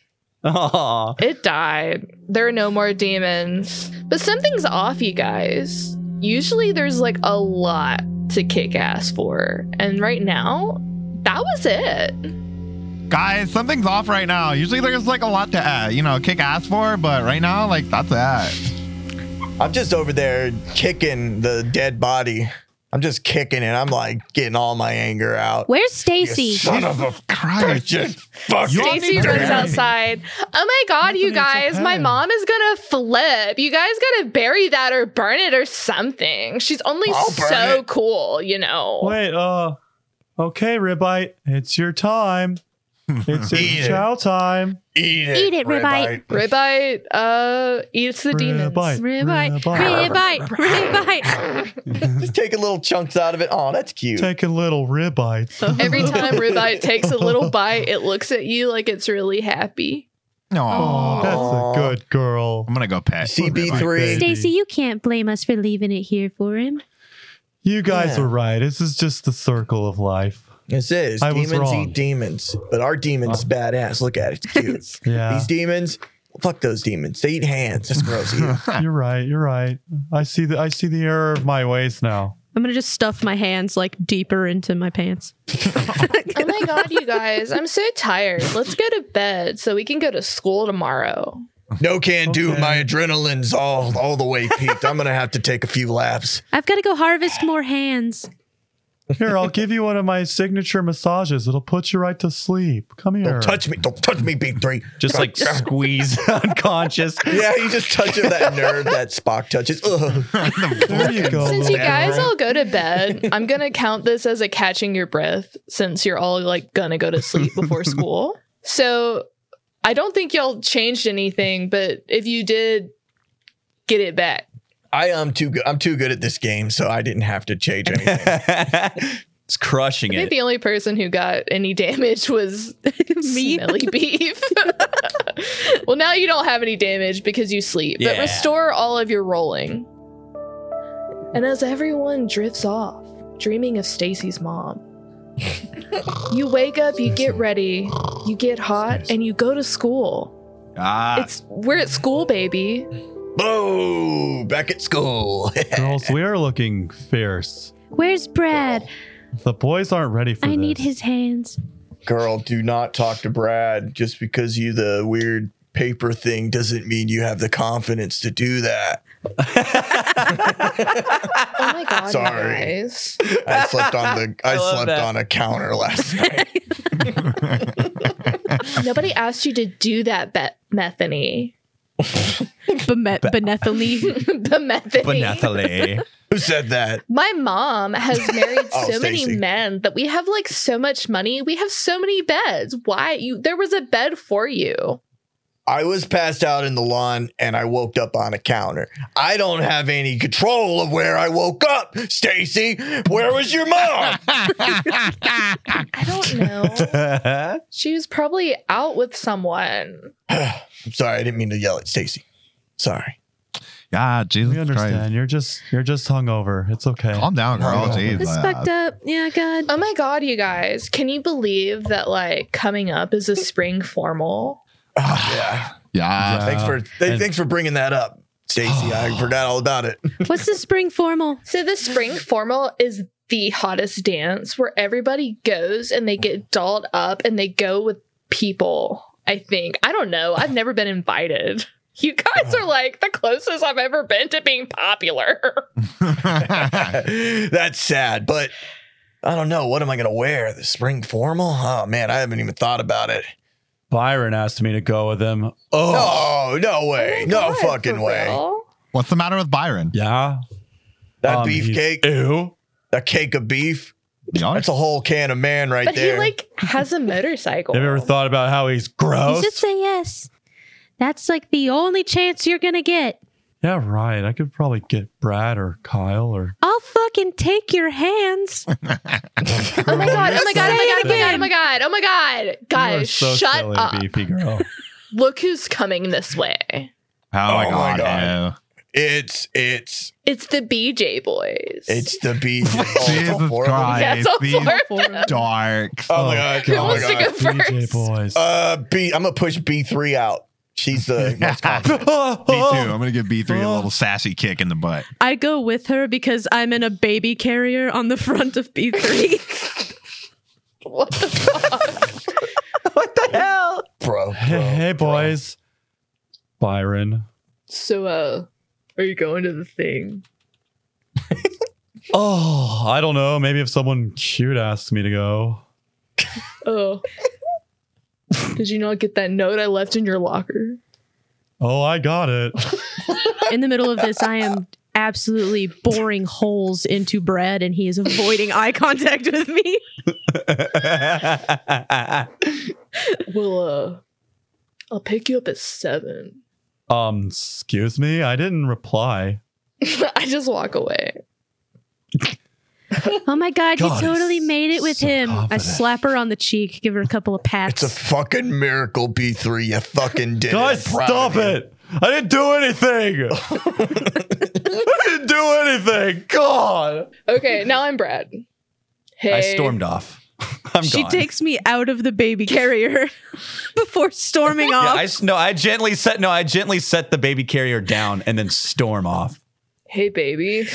S4: Aw.
S2: It died. There are no more demons. But something's off, you guys. Usually there's like a lot to kick ass for. And right now, that was it.
S1: Guys, something's off right now. Usually there's like a lot to, uh, you know, kick ass for, but right now, like, that's that.
S3: I'm just over there kicking the dead body. I'm just kicking it. I'm like getting all my anger out.
S7: Where's
S3: You
S7: Stacy?
S3: son of a
S1: Christ.
S3: bitch. Fuck
S1: You all
S2: Stacy
S1: need
S2: runs
S1: therapy.
S2: outside. Oh my god, you
S6: Bethany, it's
S2: guys, my
S6: okay.
S2: mom is gonna flip. You guys gotta bury that or burn it or something. She's only
S3: I'll burn
S2: so
S3: it.
S2: cool, you know.
S6: Wait, uh, okay, Ribite, it's your time. It's
S3: Eat it.
S6: your chow time.
S3: Eat it.
S7: Eat it, Ribeye.
S2: Ribeye uh eats the demons.
S6: Ribeye.
S5: Ribeye,
S6: Ribeye.
S5: ribeye, ribeye.
S3: Just taking little chunks out of it. Oh, that's cute.
S6: Taking little ribites.
S2: Every time Ribeye takes a little bite, it looks at you like it's really happy.
S1: No.
S6: Oh, that's a
S3: Aw.
S6: good girl.
S1: I'm gonna go pet.
S3: CB3.
S7: Stacy, you can't blame us for leaving it here for him.
S6: You guys
S3: Yeah.
S6: are right. This is just the circle of life.
S3: This is
S6: I was
S3: demons
S6: wrong.
S3: eat demons, but our demon's badass. Look at it, it's cute.
S6: Yeah.
S3: These demons, fuck those demons. They eat hands. That's gross. Eat it.
S6: You're right. You're right. I see the I see the error of my ways now.
S5: I'm gonna just stuff my hands like deeper into my pants.
S2: Oh my god, you guys, I'm so tired. Let's go to bed so we can go to school tomorrow.
S3: No can do.
S6: Okay.
S3: My adrenaline's all all the way peaked. I'm gonna have to take a few laps.
S5: I've got to go harvest more hands.
S6: Here, I'll give you one of my signature massages. It'll put you right to sleep. Come here.
S3: Don't touch me. Don't touch me, B3.
S4: Just like squeeze unconscious.
S3: Yeah, you just touch of that nerve that Spock touches. Ugh.
S6: There you go.
S2: Since
S6: little
S2: you guys
S6: girl.
S2: all go to bed, I'm gonna count this as a catching your breath since you're all like gonna go to sleep before school. So I don't think y'all changed anything, but if you did, get it back.
S3: I am too good. I'm too good at this game, so I didn't have to change anything.
S4: it's crushing
S2: I think
S4: it.
S2: the only person who got any damage was
S5: Me?
S2: Smelly Beef. well, now you don't have any damage because you sleep, but
S4: Yeah.
S2: restore all of your rolling. And as everyone drifts off, dreaming of Stacy's mom, you wake up, you get ready, you get hot, and you go to school.
S1: Ah,
S2: It's we're at school, baby.
S3: Boom! Back at school.
S6: Girls, we are looking fierce.
S7: Where's Brad?
S6: The boys aren't ready for
S7: I
S6: this.
S7: need his hands.
S3: Girl, do not talk to Brad. Just because you the weird paper thing doesn't mean you have the confidence to do that.
S2: Oh my god,
S3: Sorry.
S2: you guys.
S3: I slept on the I,
S4: I love
S3: slept
S4: that.
S3: on a counter last night.
S2: Nobody asked you to do that, Bet Methany.
S5: Beme- benethily.
S2: the Methany.
S4: Benethily.
S3: Who said that?
S2: My mom has married
S3: Oh,
S2: so many
S3: Stacey.
S2: men that we have like so much money. We have so many beds. Why you there was a bed for you.
S3: I was passed out in the lawn and I woke up on a counter. I don't have any control of where I woke up, Stacy. Where was your mom?
S2: I don't know. she was probably out with someone.
S3: I'm sorry, I didn't mean to yell at Stacy. Sorry.
S1: yeah, Jesus
S6: We understand. You're just you're just hungover. It's okay.
S1: Christ. Calm down, girl.
S3: Oh,
S1: Jeez,
S5: That's
S1: uh,
S5: fucked up. Yeah, God.
S2: Oh my god, you guys. Can you believe that like coming up is a spring formal?
S3: yeah.
S1: Yeah.
S3: Thanks for th-
S6: and-
S3: thanks for bringing that up, Stacy. I forgot all about it.
S5: What's the spring formal?
S2: So the spring formal is the hottest dance where everybody goes and they get dolled up and they go with people. I think. I don't know. I've never been invited. You guys are like the closest I've ever been to being popular.
S3: That's sad, but I don't know. What am I going to wear? The spring formal? Oh, man, I haven't even thought about it.
S6: Byron asked me to go with him. Oh
S3: Oh, no way.
S2: Oh my
S3: no
S2: God,
S3: fucking
S2: for
S3: way.
S2: real?
S1: What's the matter with Byron?
S6: yeah.
S3: That
S6: Um, he's-
S3: beefcake,
S6: Ew.
S3: a cake of beef,
S1: Y'all-
S3: that's a whole can of man right
S2: But
S3: there.
S2: he like has a motorcycle.
S6: Have you ever thought about how he's
S7: You
S6: gross?
S7: should say yes. That's like the only chance you're gonna get.
S6: yeah, right. I could probably get Brad or Kyle or
S7: I'll fucking take your hands.
S2: oh my god! Oh my god! Oh my god! Oh my god! Oh my god! Oh my god!
S6: You are
S2: Guys,
S6: so
S2: shut
S6: silly,
S2: up!
S6: beefy girl.
S2: Look who's coming this way.
S1: oh my
S3: Oh my
S1: God.
S3: God.
S1: no.
S3: it's, it's,
S2: It's the BJ boys.
S3: it's the beef.
S1: Jesus Christ.
S2: yes, all
S1: these
S2: four of them.
S1: Dark.
S3: Oh my God.
S2: Who
S3: Oh my
S2: wants to
S3: God.
S2: go
S6: DJ
S2: first?
S6: boys.
S3: Uh, B, I'm going to push B3 out. She's the most confident.
S1: B2.
S3: Oh.
S1: I'm going to give B3 a little sassy kick in the butt.
S5: I go with her because I'm in a baby carrier on the front of B3.
S2: What the fuck?
S3: Bro. bro,
S6: Hey, hey,
S3: bro.
S6: boys. Byron.
S2: So, uh, are you going to the thing?
S6: Oh, I don't know. Maybe if someone cute asked me to go.
S2: Oh. Did you not get that note I left in your locker?
S6: Oh, I got it.
S5: in the middle of this, I am absolutely boring holes into Brad, and he is avoiding eye contact with me.
S2: Well, uh, I'll pick you up at seven.
S6: Um, excuse me. I didn't reply.
S2: I just walk away.
S7: Oh my
S6: God,
S7: god, you totally
S6: he's
S7: made it with
S6: so
S7: him.
S5: I
S6: confident.
S5: slap her on the cheek, give her a couple of
S3: It's
S5: pats.
S3: a fucking miracle, B3. You fucking did
S6: Guys,
S3: it. I'm proud
S6: stop
S3: of you.
S6: it. I didn't do anything. I didn't do anything. God.
S2: Okay, now I'm Brad. Hey.
S4: I stormed off. I'm
S5: she
S4: gone.
S5: takes me out of the baby carrier before storming
S4: yeah,
S5: off.
S4: I s- no, I gently set no, I gently set the baby carrier down and then storm off.
S2: hey baby.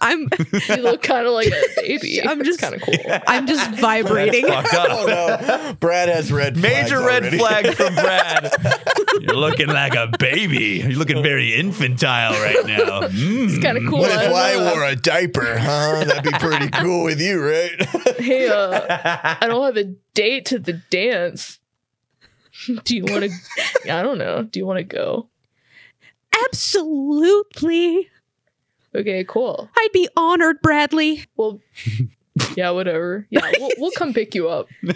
S5: I'm
S2: You look kind of like a baby.
S5: I'm
S2: It's
S5: just-
S2: kind of cool.
S5: I'm just vibrating.
S4: Fuck up.
S3: Oh no, Brad has red.
S4: Major
S3: flags
S4: red
S3: already.
S4: flag from Brad. You're looking like a baby. You're looking very infantile right now. Mm.
S2: It's kind of cool.
S3: What if
S2: I don't
S3: I
S2: know.
S3: wore a diaper, huh? That'd be pretty cool with you, right?
S2: Hey, uh, I don't have a date to the dance. Do you want to? I don't know. Do you want to go?
S5: Absolutely.
S2: Okay, cool.
S5: I'd be honored, Bradley.
S2: Well, yeah, whatever. Yeah, we'll, we'll come pick you up.
S1: yeah,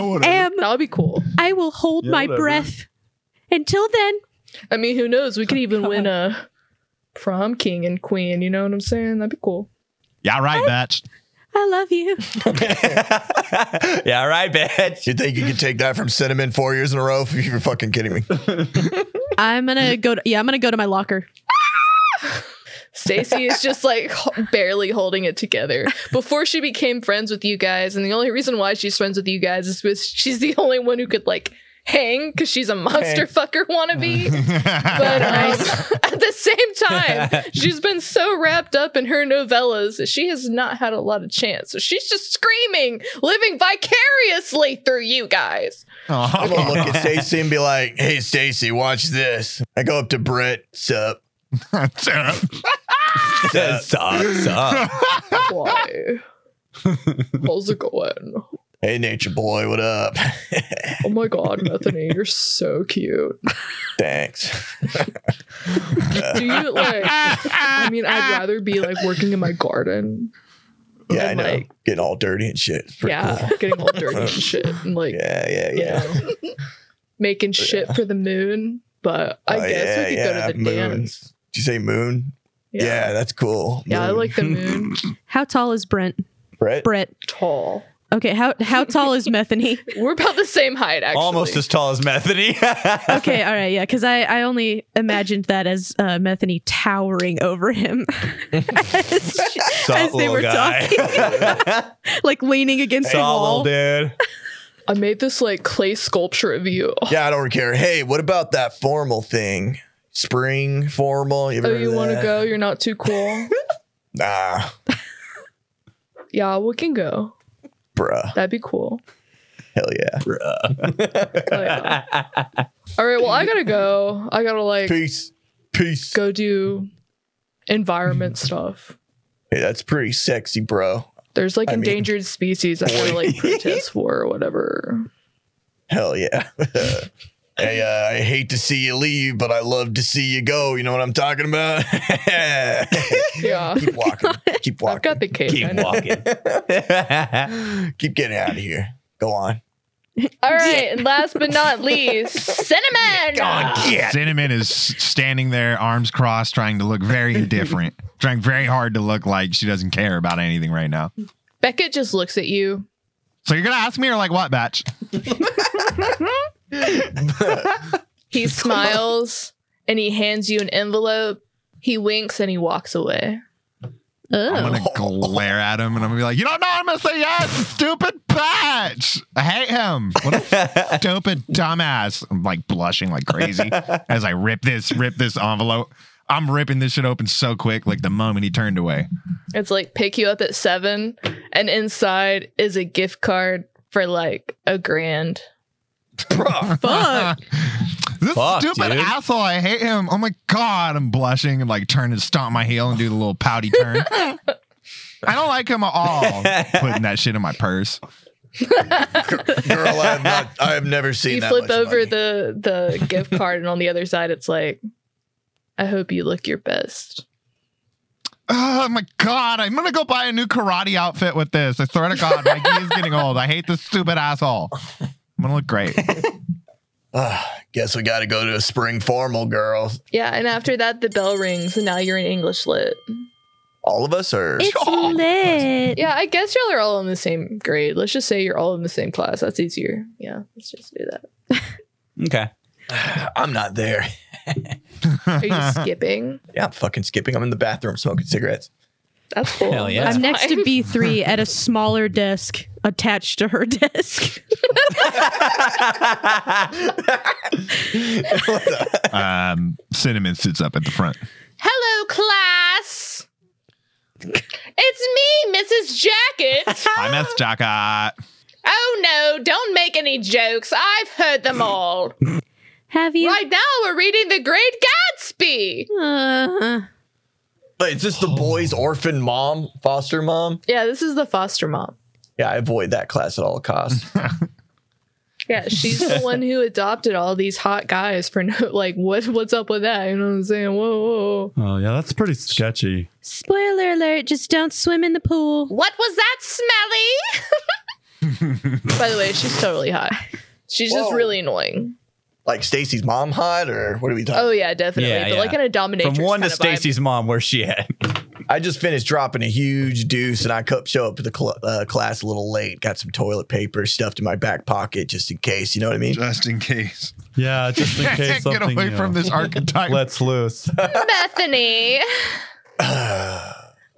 S1: whatever.
S5: Am
S2: That'll be cool.
S5: I will hold
S6: Yeah,
S5: my
S6: whatever.
S5: breath. Until then,
S2: I mean, who knows? We could even win a prom king and queen. You know what I'm saying? That'd be cool.
S1: yeah, right, batch.
S5: I love you.
S4: yeah, all right, bitch.
S3: You think you could take that from cinnamon four years in a row? You're fucking kidding me.
S5: I'm gonna go. To, yeah, I'm gonna go to my locker.
S2: Stacy is just like ho- barely holding it together. Before she became friends with you guys, and the only reason why she's friends with you guys is because she's the only one who could like hang because she's a monster fucker wannabe. But um, at the same time, she's been so wrapped up in her novellas that she has not had a lot of chance. So she's just screaming, living vicariously through you guys.
S3: I'm gonna look at Stacy and be like, "Hey, Stacy, watch this." I go up to Brett. Sup?
S4: Sup, sup.
S2: Why? How's it going?
S3: Hey, nature boy, what up?
S2: Oh my god, Bethany, you're so cute.
S3: Thanks.
S2: Do you like? I mean, I'd rather be like working in my garden.
S3: Yeah, I
S2: And,
S3: know.
S2: like-
S3: Getting all dirty and shit. It's pretty
S2: yeah,
S3: cool.
S2: getting all dirty and shit, and like
S3: Yeah, yeah,
S2: you
S3: yeah.
S2: know, making shit for the moon. But I
S3: Oh,
S2: guess we could go to the
S3: moon.
S2: dance.
S3: Did you say moon? Yeah, that's cool.
S2: yeah, I
S3: Moon.
S2: like the moon.
S5: How tall is Brent?
S3: Brett.
S5: Brett.
S2: Tall.
S5: Okay. How how tall is Methany?
S2: We're about the same height, actually.
S4: Almost as tall as Methany.
S5: Okay. All right. Yeah. Because I I only imagined that as uh, Methany towering over him as, she-
S4: Salt
S5: as they
S4: little
S5: were
S4: guy.
S5: talking, like leaning against the
S4: Tall
S5: wall.
S4: little dude.
S2: I made this like clay sculpture of you.
S3: Yeah, I don't care. Hey, what about that formal thing? Spring formal. You ever
S2: Oh,
S3: heard of
S2: you want to
S3: that?
S2: go? You're not too cool.
S3: Nah,
S2: yeah, we can go.
S3: bruh.
S2: That'd be cool.
S3: Hell yeah.
S2: Oh, yeah. All right. Well, I gotta go. I gotta like
S3: Peace. Peace.
S2: go do environment stuff.
S3: Hey, that's pretty sexy, bro.
S2: There's like
S3: I mean-
S2: endangered species I gotta like protest for or whatever.
S3: Hell yeah. hey, uh, I hate to see you leave, but I love to see you go. You know what I'm talking about?
S2: Yeah.
S3: Keep walking. Keep
S2: I've
S3: walking.
S2: got the cape. I
S4: Keep
S2: know.
S4: walking.
S3: Keep getting out of here. Go on.
S2: All right, and last but not least, cinnamon.
S1: Cinnamon is standing there, arms crossed, trying to look very indifferent, trying very hard to look like she doesn't care about anything right now.
S2: Beckett just looks at you.
S1: So you're gonna ask me or like what, batch?
S2: He smiles and he hands you an envelope. He winks and he walks away.
S1: I'm
S5: Oh.
S1: gonna glare at him and I'm gonna be like, you don't know I'm gonna say yes, stupid batch. I hate him. What a stupid dumbass. I'm like blushing like crazy as I rip this, rip this envelope. I'm ripping this shit open so quick, like the moment he turned away.
S2: It's like pick you up at seven, and inside is a gift card for like a grand.
S5: Fuck.
S1: This
S4: Fuck,
S1: stupid
S4: dude.
S1: asshole, I hate him. Oh my god, I'm blushing and like turn and stomp my heel and do the little pouty turn. I don't like him at all. Putting that shit in my purse.
S3: Girl, I have not I have never seen
S2: you
S3: that.
S2: flip
S3: much
S2: over
S3: money.
S2: the the gift card and on the other side it's like i hope you look your best
S1: Oh my god, I'm gonna go buy a new karate outfit with this. I swear to god, my key is getting old. I hate this stupid asshole. I'm gonna look great.
S3: Ah, guess we gotta go to a spring formal, girls.
S2: yeah and after that the bell rings and now you're in english lit
S3: All of us are
S7: It's lit.
S2: yeah i guess y'all are all in the same grade let's just say you're all in the same class that's easier yeah let's just do that
S4: okay.
S3: I'm not there.
S2: are you skipping
S3: Yeah, I'm fucking skipping. I'm in the bathroom smoking cigarettes.
S2: that's cool
S4: Hell yeah.
S2: That's
S5: I'm next to
S2: fine.
S5: B3 at a smaller desk attached to her desk.
S3: What the-
S1: Um, Cinnamon sits up at the front.
S2: Hello, class. It's me, Mrs. Jacket.
S1: I'm F. Jacket.
S2: Oh no, don't make any jokes. I've heard them all.
S5: Have you?
S2: Right now, we're reading The Great Gatsby.
S5: Uh,
S3: Wait, is this
S2: Oh.
S3: the boy's orphan mom, foster mom?
S2: Yeah, this is the foster mom.
S3: Yeah, I avoid that class at all costs.
S2: Yeah, she's the one who adopted all these hot guys for no, like, what, what's up with that? You know what I'm saying? Whoa, whoa, whoa.
S6: Oh, yeah, that's pretty sketchy.
S5: spoiler alert, just don't swim in the pool.
S2: What was that smelly? By the way, she's totally hot. She's just
S3: Whoa.
S2: really annoying.
S3: like Stacy's mom hot, or what are we talking?
S2: Oh yeah, definitely.
S4: Yeah,
S2: but like
S4: yeah.
S2: in a dominatrix.
S4: From one to
S2: kind of vibe.
S4: Stacy's mom, where she at?
S3: I just finished dropping a huge deuce, and I co- show up to the cl- uh, class a little late. Got some toilet paper stuffed in my back pocket just in case. You know what I mean?
S1: Just in case.
S6: Yeah, just in
S1: I
S6: case
S1: can't get
S6: something.
S1: away
S6: you
S1: from
S6: know,
S1: this archetype.
S6: Let's loose.
S2: Bethany,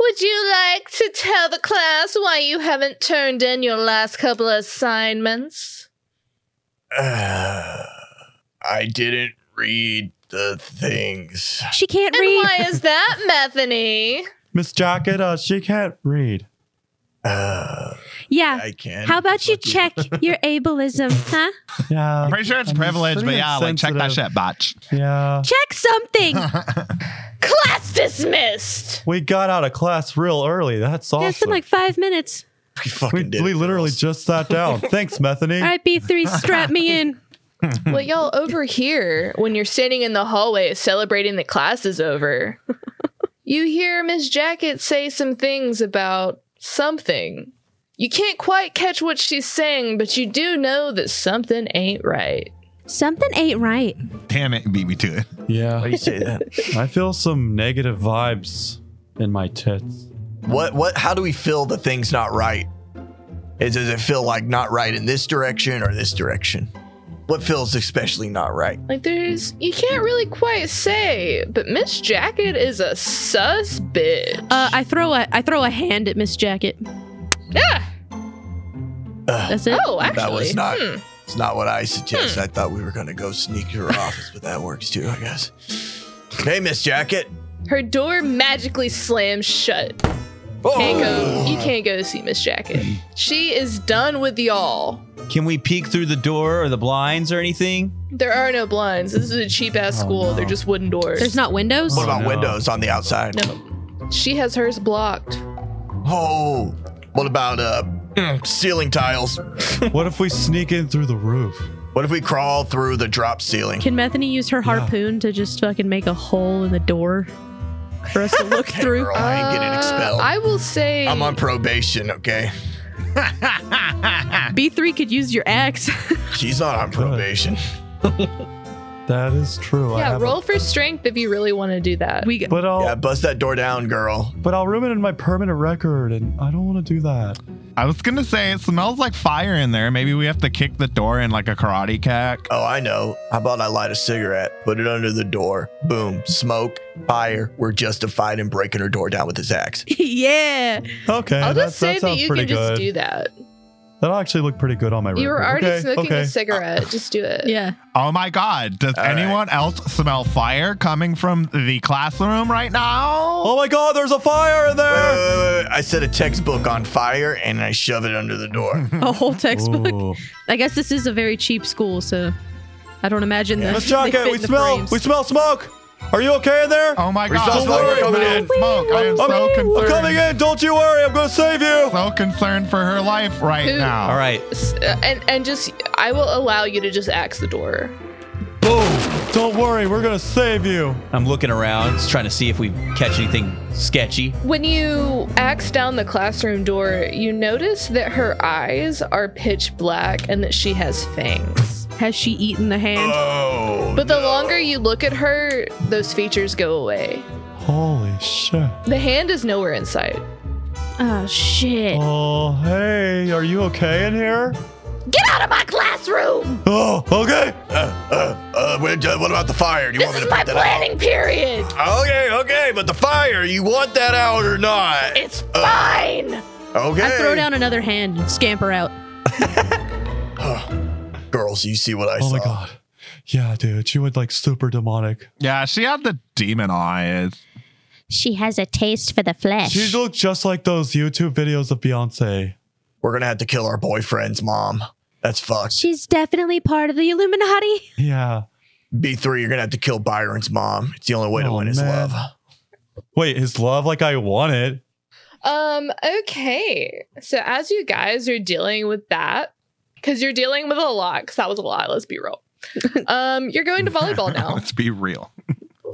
S2: would you like to tell the class why you haven't turned in your last couple of assignments?
S3: Uh, I didn't read the things.
S5: She can't
S2: And
S5: read.
S2: why is that, Bethany?
S6: Miss Jacket, uh, she can't read.
S3: Uh,
S5: Yeah.
S3: I can't.
S5: How about you check your ableism, huh?
S6: Yeah.
S1: I'm pretty sure it's
S6: I'm
S1: privileged, but
S6: pretty
S1: yeah, like check that
S6: insensitive.
S1: shit, botch.
S6: Yeah.
S5: Check something.
S2: Class dismissed.
S6: We got out of class real early. That's awesome.
S5: Yeah, it's been like five minutes.
S3: We
S6: we,
S3: fucking did.
S6: we
S3: it,
S6: literally
S3: girls.
S6: just sat down. Thanks, Methany.
S5: All right, B3, strap me in.
S2: Well, y'all over here, when you're standing in the hallway celebrating the class is over, you hear Miss Jacket say some things about something. You can't quite catch what she's saying, but you do know that something ain't right.
S5: Something ain't right.
S1: Damn it, beat me to it.
S3: Why
S6: Yeah.
S3: do you say that?
S6: I feel some negative vibes in my tits.
S3: What what how do we feel the thing's not right? It, does it feel like not right in this direction or this direction? What feels especially not right?
S2: Like there's you can't really quite say, but Miss Jacket is a sus bitch.
S5: Uh, I throw a I throw a hand at Miss Jacket.
S2: yeah.
S3: Ugh,
S5: That's it.
S2: Oh, actually.
S3: that was not
S2: hmm.
S3: it's not what I suggested. I thought we were gonna go sneak to her office, but that works too, I guess. Hey, Miss Jacket.
S2: Her door magically slams shut.
S3: Oh,
S2: Can't go. You can't go see Miss Jacket. She is done with y'all.
S4: Can we peek through the door or the blinds or anything?
S2: There are no blinds. This is a cheap ass
S6: Oh,
S2: school.
S6: no.
S2: They're just wooden doors.
S5: There's not windows.
S3: What
S6: Oh,
S3: about
S6: no.
S3: windows on the outside?
S2: no. She has hers blocked.
S3: Oh, what about uh mm, ceiling tiles?
S6: What if we sneak in through the roof?
S3: What if we crawl through the drop ceiling?
S5: Can Methany use her
S6: Yeah.
S5: harpoon to just fucking make a hole in the door for us to look
S3: Hey,
S5: through?
S3: girl, I ain't getting
S2: Uh,
S3: expelled.
S2: I will say.
S3: I'm on probation, okay?
S6: Ah.
S5: B3 could use your axe.
S3: She's not on probation.
S6: That is true. I
S2: yeah,
S6: have a-
S2: roll for strength if you really want to do that.
S5: we
S6: but I'll
S3: Yeah, bust that door down, girl.
S6: but I'll ruin it in my permanent record, and I don't want to do that.
S1: I was gonna say it smells like fire in there. Maybe we have to kick the door in like a karate kick.
S3: Oh, I know. How about I light a cigarette, put it under the door, boom, smoke, fire. We're justified in breaking her door down with his axe.
S5: yeah.
S6: Okay,
S2: I'll just say
S6: that,
S2: that
S6: that sounds
S2: you
S6: pretty
S2: can just
S6: good.
S2: do that.
S6: That'll actually look pretty good on my record.
S2: You were already
S6: okay,
S2: smoking
S6: okay.
S2: a cigarette. just do it.
S5: Yeah.
S1: Oh my god, does
S3: All right.
S1: anyone else smell fire coming from the classroom right now?
S6: Oh my God! There's a fire
S3: Wait,
S6: in there.
S3: wait, wait, wait. I set a textbook on fire and I shove it under the door.
S5: A whole textbook.
S6: Ooh.
S5: I guess this is a very cheap school, so I don't imagine that.
S6: Miss Jacket, we smell we smell smoke. Are you okay in there?
S1: Oh my god,
S3: Results
S1: smoke,
S3: are coming in.
S1: smoke. I am
S6: I'm,
S1: so
S6: I'm
S1: concerned.
S6: coming in. Don't you worry. I'm gonna save you.
S1: So concerned for her life right
S2: Who-
S1: now.
S4: All right.
S2: S- uh, And and just I will allow you to just axe the door.
S6: Boom. Don't worry. We're gonna save you.
S4: I'm looking around, just trying to see if we catch anything sketchy.
S2: When you axe down the classroom door, you notice that her eyes are pitch black and that she has fangs.
S5: Has she eaten the hand?
S3: Oh.
S2: But the longer you look at her, those features go away.
S6: Holy shit.
S2: The hand is nowhere in sight.
S5: oh shit.
S6: Oh hey, are you okay in here?
S7: Get out of my classroom!
S6: Oh okay.
S3: Uh, uh, wait, uh, what about the fire? Do you
S7: This
S3: want
S7: is
S3: me to
S7: my
S3: put that out?
S7: planning period!
S3: Okay, okay, but the fire, you want that out or not?
S7: It's fine!
S3: Okay.
S5: I throw down another hand and scamper out.
S3: Girls, you see what I
S6: Oh
S3: saw.
S6: my god. Yeah, dude. She went like super demonic.
S1: Yeah, she had the demon eyes.
S7: She has a taste for the flesh.
S6: She looked just like those YouTube videos of Beyonce.
S3: We're gonna have to kill our boyfriend's mom. That's fucked.
S7: She's definitely part of the Illuminati.
S6: Yeah.
S3: B3, you're gonna have to kill Byron's mom. It's the only way to
S6: Oh,
S3: win his
S6: man.
S3: love.
S6: Wait, his love like I want it.
S2: Um, okay. So as you guys are dealing with that, because you're dealing with a lot, because that was a lot, let's be real. Um, you're going to volleyball now.
S1: Let's be real.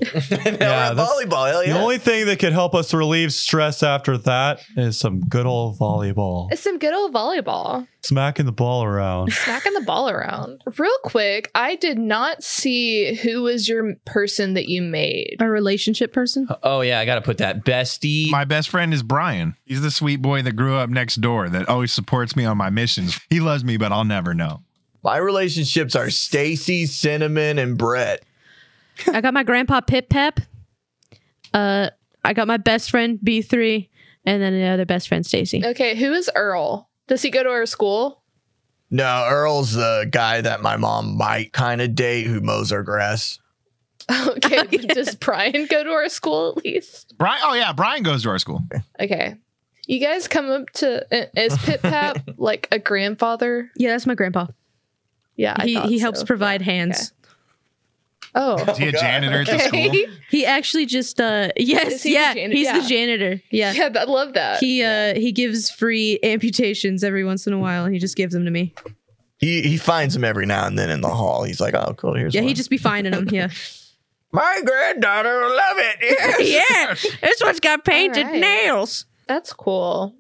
S3: yeah,
S6: Yeah, that's-
S3: volleyball. Hell yeah.
S6: The only thing that could help us relieve stress after that is some good old volleyball.
S2: It's some good old volleyball.
S6: Smacking the ball around.
S2: Smacking the ball around. Real quick, I did not see who was your person that you made.
S5: A relationship person?
S4: Oh yeah, I gotta put that bestie.
S1: My best friend is Brian. He's the sweet boy that grew up next door that always supports me on my missions. He loves me, but I'll never know.
S3: My relationships are Stacy, Cinnamon, and Brett.
S5: I got my grandpa Pip Pep. Uh, I got my best friend B3, and then the other best friend Stacy.
S2: Okay, who is Earl? Does he go to our school?
S3: No, Earl's the guy that my mom might kind of date who mows our grass.
S2: Okay, but does Brian go to our school at least?
S1: Brian, oh yeah, Brian goes to our school.
S2: Okay. You guys come up to uh, is Pit Pap like a grandfather?
S5: Yeah, that's my grandpa.
S2: Yeah, I
S5: he
S2: thought
S5: he helps
S2: so.
S5: provide hands.
S2: Oh,
S1: Is he a
S3: Oh, God.
S1: janitor at the school?
S2: okay.
S5: He actually just uh yes
S2: Is he the
S5: yeah
S2: janitor?
S5: he's
S2: Yeah.
S5: the janitor yeah.
S2: Yeah, I love that.
S5: He uh he gives free amputations every once in a while, and he just gives them to me.
S3: He he finds him every now and then in the hall. He's like, oh, cool. Here's
S5: Yeah,
S3: one.
S5: he just be finding them. Yeah,
S3: my granddaughter will love it. Yes.
S5: yeah. This one's got
S2: painted
S5: nails.
S2: That's cool.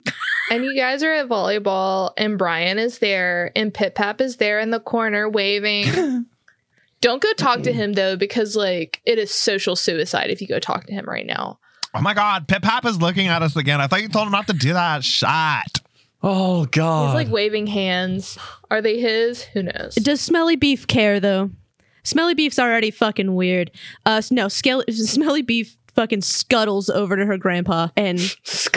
S2: and you guys are at volleyball, and Brian is there, and Pit Pap is there in the corner waving. Don't go talk to him though, because like it is social suicide if you go talk to him right now.
S1: Oh my God, Pip Hop is looking at us again. I thought you told him not to do that shot.
S6: Oh
S2: He's
S6: god.
S2: like waving hands. Are they his? Who knows?
S5: Does Smelly Beef care though? Smelly Beef's already fucking weird. Uh, s- no, scale, Smelly Beef fucking scuttles over to her grandpa and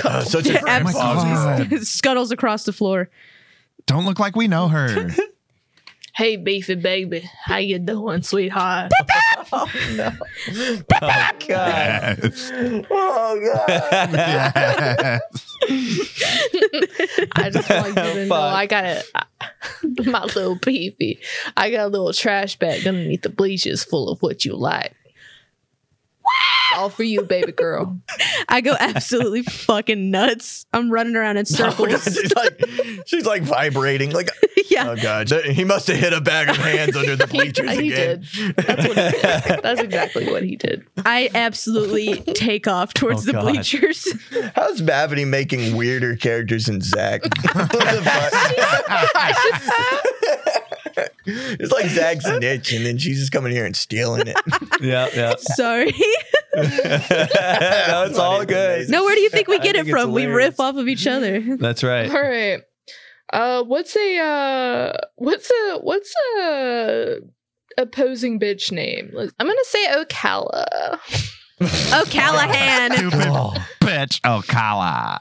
S3: Oh, such a
S5: Abs-
S3: grandpa's girl.
S5: scuttles across the floor.
S1: Don't look like we know her.
S2: hey, beefy baby, how you doing, sweetheart?
S3: God.
S1: Yes.
S3: Oh god.
S1: Yes.
S2: I just want you to know I got a my little peepee. I got a little trash bag underneath the bleachers full of what you like. All for you, baby girl.
S5: I go absolutely fucking nuts. I'm running around in
S3: Oh, God.
S5: circles.
S3: She's like she's like vibrating. Like
S5: yeah.
S3: oh god. He must have hit a bag of hands under the
S2: He-
S3: bleachers
S2: he
S3: again.
S2: That's what he did. That's exactly what he did.
S5: I absolutely take off towards
S6: Oh,
S5: the
S6: God.
S5: bleachers.
S3: How's Mavity making weirder characters than Zach? What the fuck? it's like Zach's niche, and then she's just coming here and stealing it.
S4: yeah, yeah.
S5: Sorry.
S4: no, it's all good.
S5: no, where do you think we get
S4: I
S5: it
S4: think it's
S5: from? We
S4: hilarious.
S5: riff off of each other.
S4: That's right.
S2: All right. Uh, what's a uh, what's a what's a opposing bitch name? Let's- I'm gonna say Ocala.
S5: Oh, Callahan.
S1: Stupid
S4: Oh,
S1: bitch Ocala.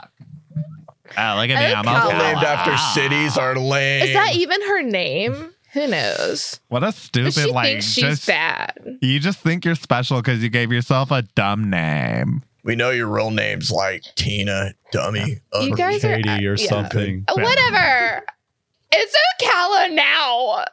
S1: Oh, look at me. I'm
S2: Ocala.
S3: People
S1: Ocala.
S3: named after cities are lame.
S2: Is that even her name? Who knows?
S1: What a
S2: But
S1: stupid,
S2: she
S1: like,
S2: thinks she's
S1: just,
S2: bad.
S1: you just think you're special because you gave yourself a dumb name.
S3: we know your real name's like Tina, dummy.
S2: You
S3: ugly.
S2: guys are
S6: Katie or
S2: yeah.
S6: something.
S5: Oh,
S2: Uh, Whatever. It's Ocala now.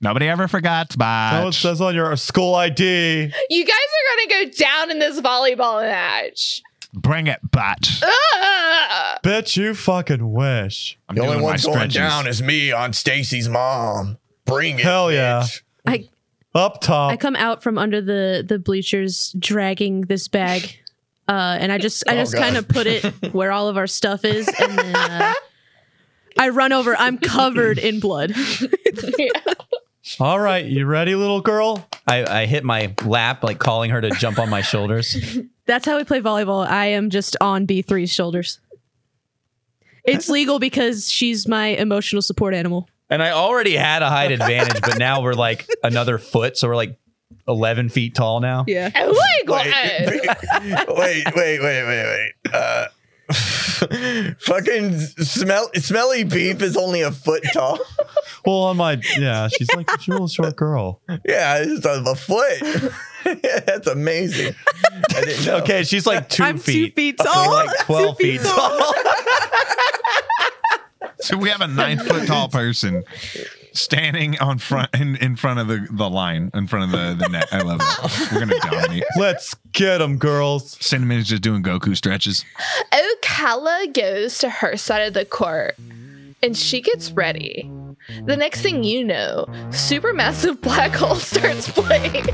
S1: Nobody ever forgot,
S6: That's what it
S1: but
S6: says on your school ID.
S2: You guys are gonna go down in this volleyball match. Oh
S1: bring it, but
S2: Ugh.
S6: Bitch, you fucking wish.
S1: I'm
S3: the only
S1: doing my
S3: one's going
S1: stretches.
S3: down is me on Stacy's mom. Bring it.
S6: Hell yeah.
S3: bitch.
S5: I,
S6: Up top.
S5: I come out from under the, the bleachers dragging this bag. Uh, and I just I
S3: Oh,
S5: just
S3: God.
S5: kind of put it where all of our stuff is, and then uh, I run over. I'm covered in blood.
S6: all right, you ready, little girl?
S4: I, I hit my lap, like calling her to jump on my shoulders.
S5: That's how we play volleyball. I am just on B3's shoulders. It's legal because she's my emotional support animal.
S4: And I already had a height advantage, but now we're like another foot. So we're like 11 feet tall now.
S5: Yeah.
S2: Oh my god.
S3: wait, wait, wait, wait, wait, wait. Uh, fucking smell, smelly beef is only a foot tall.
S6: Well, on my yeah, she's like she's a little short girl.
S3: Yeah, it's just a foot. That's amazing. I didn't know.
S4: Okay, she's like 2
S5: I'm
S4: feet.
S5: two feet
S4: So
S5: tall.
S4: like 12
S5: Two
S4: feet tall.
S1: So we have a nine foot tall person standing on front in, in front of the, the line, in front of the, the net. I love that. We're gonna dominate.
S6: Let's get them, girls.
S1: Cinnamon is just doing Goku stretches.
S2: Ocala goes to her side of the court and she gets ready. The next thing you know, Supermassive Black Hole starts playing.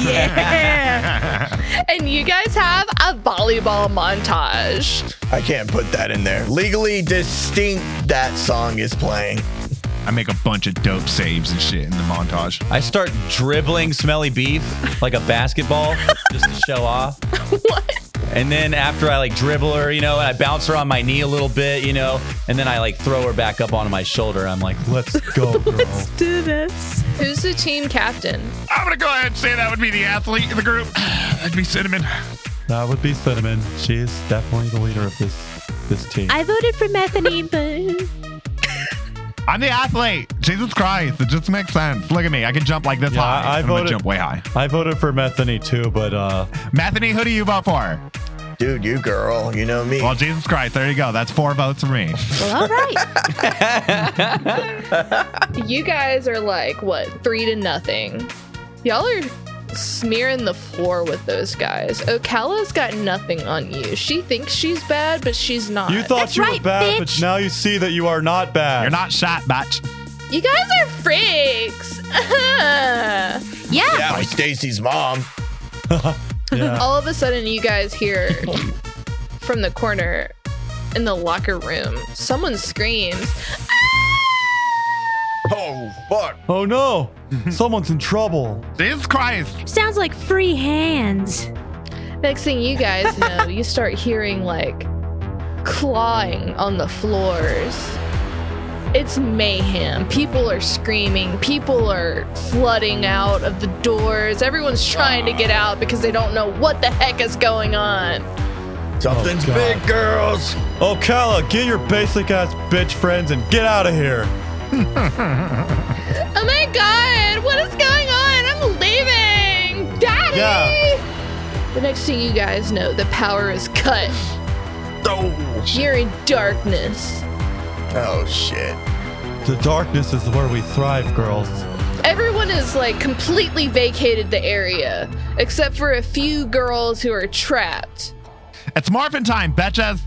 S5: yeah.
S2: and you guys have a volleyball montage.
S3: I can't put that in there. Legally distinct, that song is playing.
S1: I make a bunch of dope saves and shit in the montage.
S4: I start dribbling smelly beef like a basketball just to show off. And then after I like dribble her, you know, and I bounce her on my knee a little bit, you know, and then I like throw her back up onto my shoulder. I'm like,
S6: Let's go, girl.
S5: Do this.
S2: Who's the team captain?
S1: I'm gonna go ahead and say that would be the athlete in the group. That'd be Cinnamon.
S6: That would be Cinnamon. She is definitely the leader of this this team.
S7: I voted for Methany, but
S1: I'm the athlete. Jesus Christ, it just makes sense. Look at me. I can jump like this
S6: Yeah,
S1: high.
S6: I- I
S1: and I'm gonna
S6: voted-
S1: jump way high.
S6: I voted for Methany too, but uh,
S1: Matheny, who do you vote for?
S3: Dude, you girl, you know me.
S1: Well, Jesus Christ, there you go. That's four votes for me.
S7: well, all right.
S2: You guys are like, what, three to nothing? Y'all are smearing the floor with those guys. Ocala's got nothing on you. She thinks she's bad, but she's not.
S6: you thought
S7: Uh, That's
S6: you were
S7: right,
S6: bad, but
S7: bitch.
S6: now you see that you are not bad.
S1: You're not shot, batch.
S2: You guys are freaks.
S7: Yeah.
S3: yeah, like Stacy's mom.
S6: Yeah.
S2: All of a sudden, you guys hear from the corner in the locker room someone screams.
S3: Oh, fuck.
S6: Oh no! Someone's in trouble.
S1: Jesus Christ.
S7: Sounds like free hands.
S2: Next thing you guys know, you start hearing like clawing on the floors. It's mayhem. People are screaming. People are flooding out of the doors. Everyone's trying to get out because they don't know what the heck is going on.
S3: Something's
S6: God.
S3: big, girls.
S6: Ocala, Oh, get your basic ass bitch friends and get out of here.
S2: Oh my god, what is going on? I'm leaving! Daddy!
S6: Yeah.
S2: The next thing you guys know, the power is cut.
S3: Oh, sh-
S2: You're in darkness.
S3: oh shit.
S6: The darkness is where we thrive, girls.
S2: Everyone has like completely vacated the area, except for a few girls who are trapped.
S1: It's morphin' time, bitches.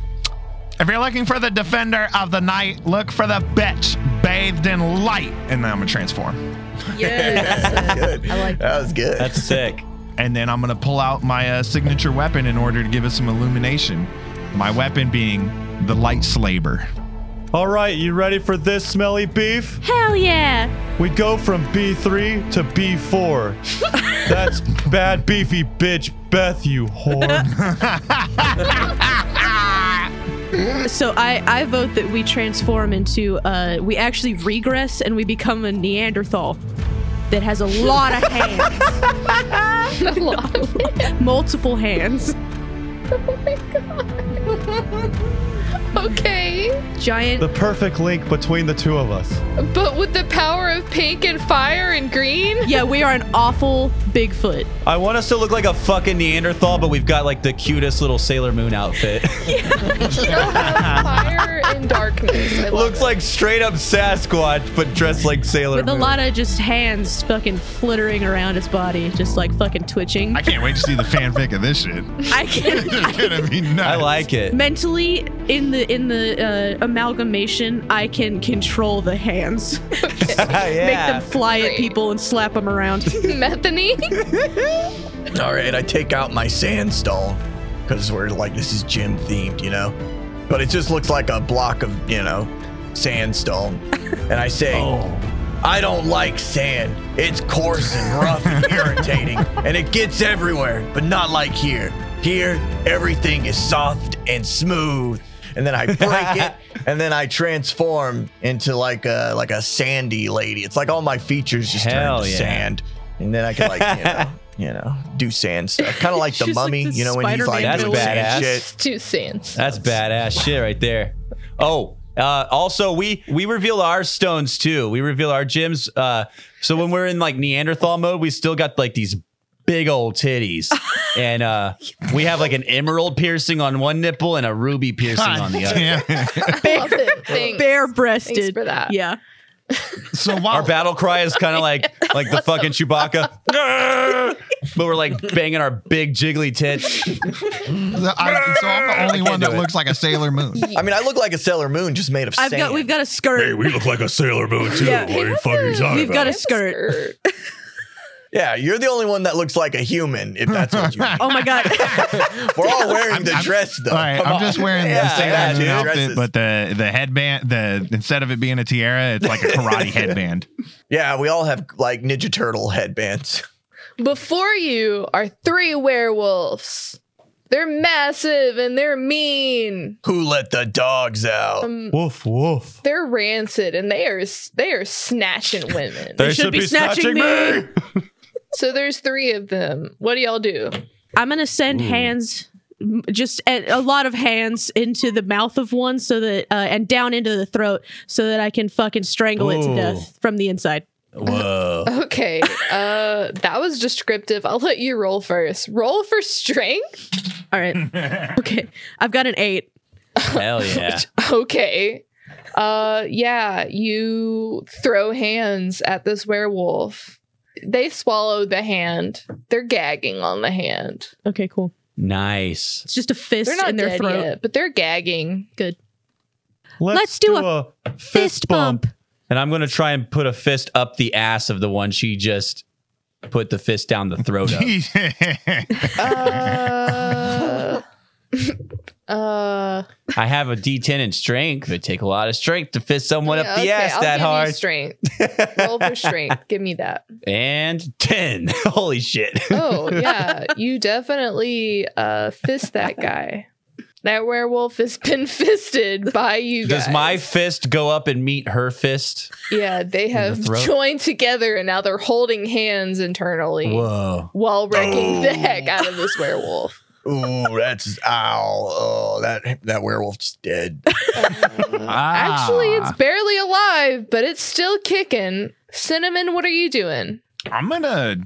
S1: If you're looking for the defender of the night, look for the bitch bathed in light. And then I'm gonna transform.
S2: Yes.
S3: Good.
S2: I like
S3: that was good.
S4: that's sick.
S1: And then I'm gonna pull out my uh, signature weapon in order to give us some illumination. My weapon being the light slaber.
S6: All right, you ready for this smelly beef?
S7: Hell yeah.
S6: We go from B3 to B4. That's bad beefy bitch Beth, you whore.
S5: So I, I vote that we transform into uh we actually regress and we become a Neanderthal that has a lot of hands,
S2: a lot of
S5: multiple hands,
S2: Okay.
S5: giant
S6: the perfect link between the two of us.
S2: But with the power of pink and fire and green?
S5: Yeah, we are an awful Bigfoot.
S4: I want us to look like a fucking Neanderthal, but we've got like the cutest little Sailor Moon outfit.
S2: You'll have fire and darkness. I love
S4: Looks
S2: it.
S4: like straight up Sasquatch, but dressed like Sailor
S5: With a
S4: Moon.
S5: lot of just hands fucking flittering around its body, just like fucking twitching.
S1: I can't wait to see the fanfic of this shit.
S5: I can't
S1: It's gonna be nuts.
S4: I like it.
S5: mentally in the in the uh, amalgamation i can control the hands make
S4: yeah.
S5: them fly at
S2: Great.
S5: people and slap them around
S2: Methany?
S3: All right, I take out my sandstone because we're like, this is gym themed, you know? But it just looks like a block of, you know, sandstone. And I say, I don't like sand. It's coarse and rough and irritating, and it gets everywhere, but not like here. Here, everything is soft and smooth. And then I break it, and then I transform into like a like a sandy lady. It's like all my features just
S4: Hell
S3: turn to
S4: yeah.
S3: sand, and then I can like you know, you know do sand stuff, kind of like the
S5: She's like
S3: mummy.
S5: the
S3: you know when he's
S5: Spider-Man
S3: like doing
S4: That's
S3: sand
S4: badass.
S3: shit.
S2: It's two cents.
S4: That's badass shit right there. Oh, Uh, also, we we reveal our stones too. We reveal our gems. Uh, so when we're in like Neanderthal mode, we still got like these big old titties, and uh, we have like an emerald piercing on one nipple and a ruby piercing on the other.
S1: Yeah.
S2: Love it. Thanks.
S5: Bare breasted.
S2: Thanks for that.
S5: Yeah.
S1: So while
S4: Our battle cry is kind of like like the fucking Chewbacca, but we're like banging our big jiggly tits.
S1: I, so I'm the only one
S4: do
S1: that
S4: it.
S1: looks like a Sailor Moon.
S3: I mean, I look like a Sailor Moon just made of
S5: I've
S3: sand.
S5: got we've got a skirt.
S8: Hey, we look like a Sailor Moon too.
S5: Yeah.
S8: What are you fucking talking
S5: We've
S8: about?
S5: got a skirt.
S3: yeah, you're the only one that looks like a human, if that's what you mean.
S5: Oh my god.
S3: We're all wearing the
S1: I'm-
S3: dress, though.
S1: All right,
S3: Come
S1: I'm
S3: on.
S1: just wearing the
S3: Yeah,
S1: Sailor
S3: yeah,
S1: Moon
S3: dude,
S1: outfit,
S3: dresses.
S1: but the the headband, the instead of it being a tiara, it's like a karate headband.
S3: yeah, we all have like Ninja Turtle headbands.
S2: Before you are three werewolves. They're massive and they're mean.
S3: Who let the dogs out?
S5: Um,
S6: Woof woof.
S2: They're rancid and they are they are snatching women.
S6: They
S5: should be snatching me.
S2: so there's three of them. What do y'all do?
S5: I'm gonna send hands, m- just eh, a, a lot of hands into the mouth of one, so that uh, and down into the throat, so that I can fucking strangle it to
S4: Ooh.
S5: death from the inside.
S4: Whoa!
S2: Okay, uh, that was descriptive. I'll let you roll first. Roll for strength.
S5: All right. okay. I've got an eight.
S4: Hell yeah!
S2: Okay. Uh, yeah, you throw hands at this werewolf. They swallow the hand. They're gagging on the hand.
S5: Okay. Cool.
S4: Nice.
S5: It's just a fist
S2: They're not
S5: in their
S2: dead
S5: throat.
S2: yet, but they're gagging.
S5: Good.
S6: Let's,
S5: Let's do
S6: a,
S5: Fist bump.
S4: And I'm gonna try and put a fist up the ass of the one she just put the fist down the throat of.
S2: Uh, uh,
S4: I have a D10 in strength. It would take a lot of strength to fist someone
S2: yeah,
S4: up the
S2: okay,
S4: ass
S2: I'll
S4: that
S2: give you
S4: hard.
S2: strength. Roll for strength. Give me that.
S4: And 10. Holy shit.
S2: Oh yeah, you definitely uh fist that guy. That werewolf has been fisted by you guys.
S4: Does my fist go up and meet her fist?
S2: yeah? They have
S4: throat?
S2: joined together and now they're holding hands internally
S4: Whoa.
S2: while wrecking
S3: Oh.
S2: the heck out of this werewolf.
S3: Ooh, that's ow. Oh, that that werewolf's dead.
S4: Ah.
S2: Actually, it's barely alive, but it's still kicking. Cinnamon, what are you doing?
S1: Ah, I'm gonna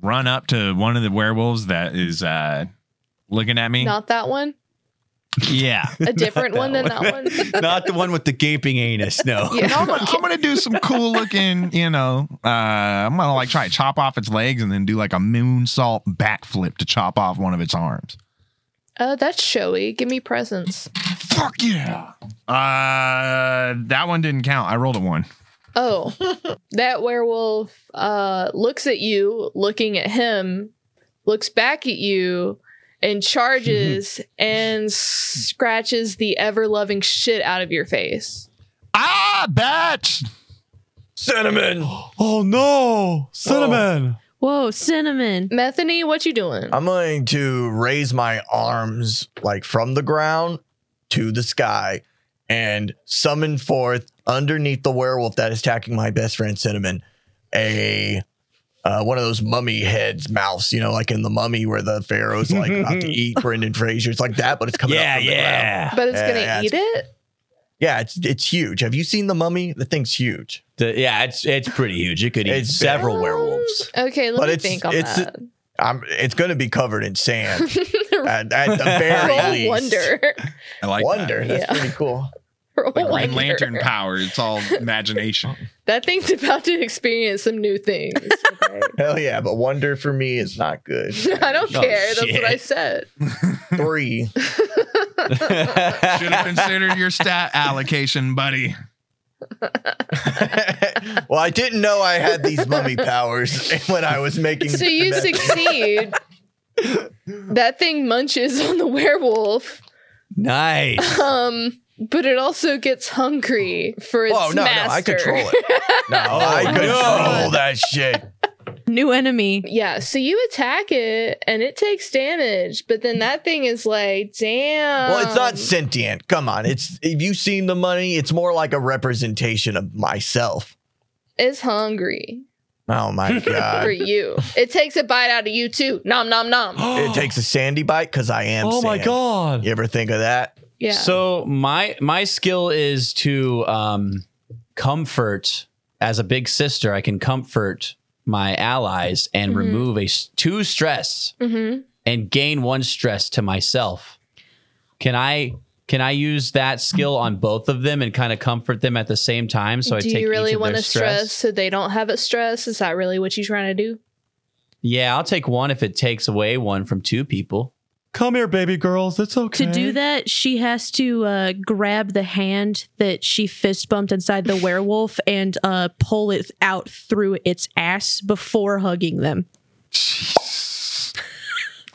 S1: run up to one of the werewolves that is uh looking at me.
S2: Not that one.
S1: Yeah.
S2: A different one than that one.
S4: Not the one with the gaping anus. No.
S2: Yeah.
S1: I'm gonna, I'm gonna do some cool looking, you know. Uh, I'm gonna like try to chop off its legs and then do like a moonsault backflip to chop off one of its arms.
S2: Uh, that's showy. Give me presents.
S1: Fuck yeah! Uh, that one didn't count. I rolled a one.
S2: Oh, that werewolf uh, looks at you, looking at him, looks back at you, and charges and scratches the ever loving shit out of your face.
S1: Ah, bitch!
S3: Cinnamon.
S6: Oh no, cinnamon.
S5: Whoa, cinnamon.
S2: Methany, what you doing?
S3: I'm going to raise my arms like from the ground to the sky and summon forth underneath the werewolf that is attacking my best friend Cinnamon a uh, one of those mummy heads mouths, you know, like in the mummy where the pharaoh's like about to eat Brendan Fraser. It's like that, but it's coming
S4: Yeah,
S3: up from the ground.
S4: yeah.
S2: but it's
S3: Yeah,
S2: gonna
S3: yeah,
S2: eat it.
S3: Yeah, it's it's huge. Have you seen the mummy? The thing's huge.
S4: The- yeah, it's it's pretty huge. It could eat
S3: It's-
S4: several werewolves.
S2: Okay, let
S3: But
S2: me
S3: it's-
S2: think on
S3: it's-
S2: that.
S3: I'm it's gonna be covered in sand. at, at the very
S2: Roll
S3: least.
S2: wonder.
S1: I like
S3: Wonder. That's
S2: Yeah.
S3: pretty cool.
S4: Oh,
S2: Roll
S1: That. The Green
S2: wonder.
S1: Lantern power. It's all imagination.
S2: That thing's about to experience some new things. Okay?
S3: Hell yeah, but wonder for me is not good.
S2: I don't
S4: Oh,
S2: care. That's
S4: shit.
S2: what I said.
S3: Three.
S1: Should have considered your stat allocation, buddy.
S3: well, I didn't know I had these mummy powers when I was making.
S2: So you
S3: that-
S2: succeed. that thing munches on the werewolf,
S4: nice.
S2: um, but it also gets hungry for its
S3: Whoa, Oh, no,
S2: master.
S3: no, I control it. No,
S6: Oh,
S3: I
S4: no.
S3: control that shit.
S5: New enemy.
S2: Yeah, so you attack it and it takes damage, but then that thing is like, damn.
S3: Well, it's not sentient. Come on, it's. Have you seen the money? It's more like a representation of myself.
S2: It's hungry
S3: Oh my
S2: for
S3: god!
S2: you. It takes a bite out of you too. Nom nom nom.
S3: it takes a sandy bite because I am.
S6: Oh my
S3: sand.
S6: god.
S3: You ever think of that?
S2: Yeah.
S4: So my my skill is to um, comfort as a big sister. I can comfort my allies
S2: Mm-hmm.
S4: and remove a s- two stress
S2: Mhm.
S4: and gain one stress to myself. Can I can I use that skill on both of them and kind of comfort them at the same time? So I
S2: do
S4: take
S2: you really
S4: each of
S2: want
S4: their
S2: to stress
S4: stress.
S2: so they don't have a stress? Is that really what you're trying to do?
S4: Yeah, I'll take one if it takes away one from two people.
S6: Come here, baby girls. It's okay.
S5: To do that, she has to uh, grab the hand that she fist bumped inside the werewolf and uh, pull it out through its ass before hugging them.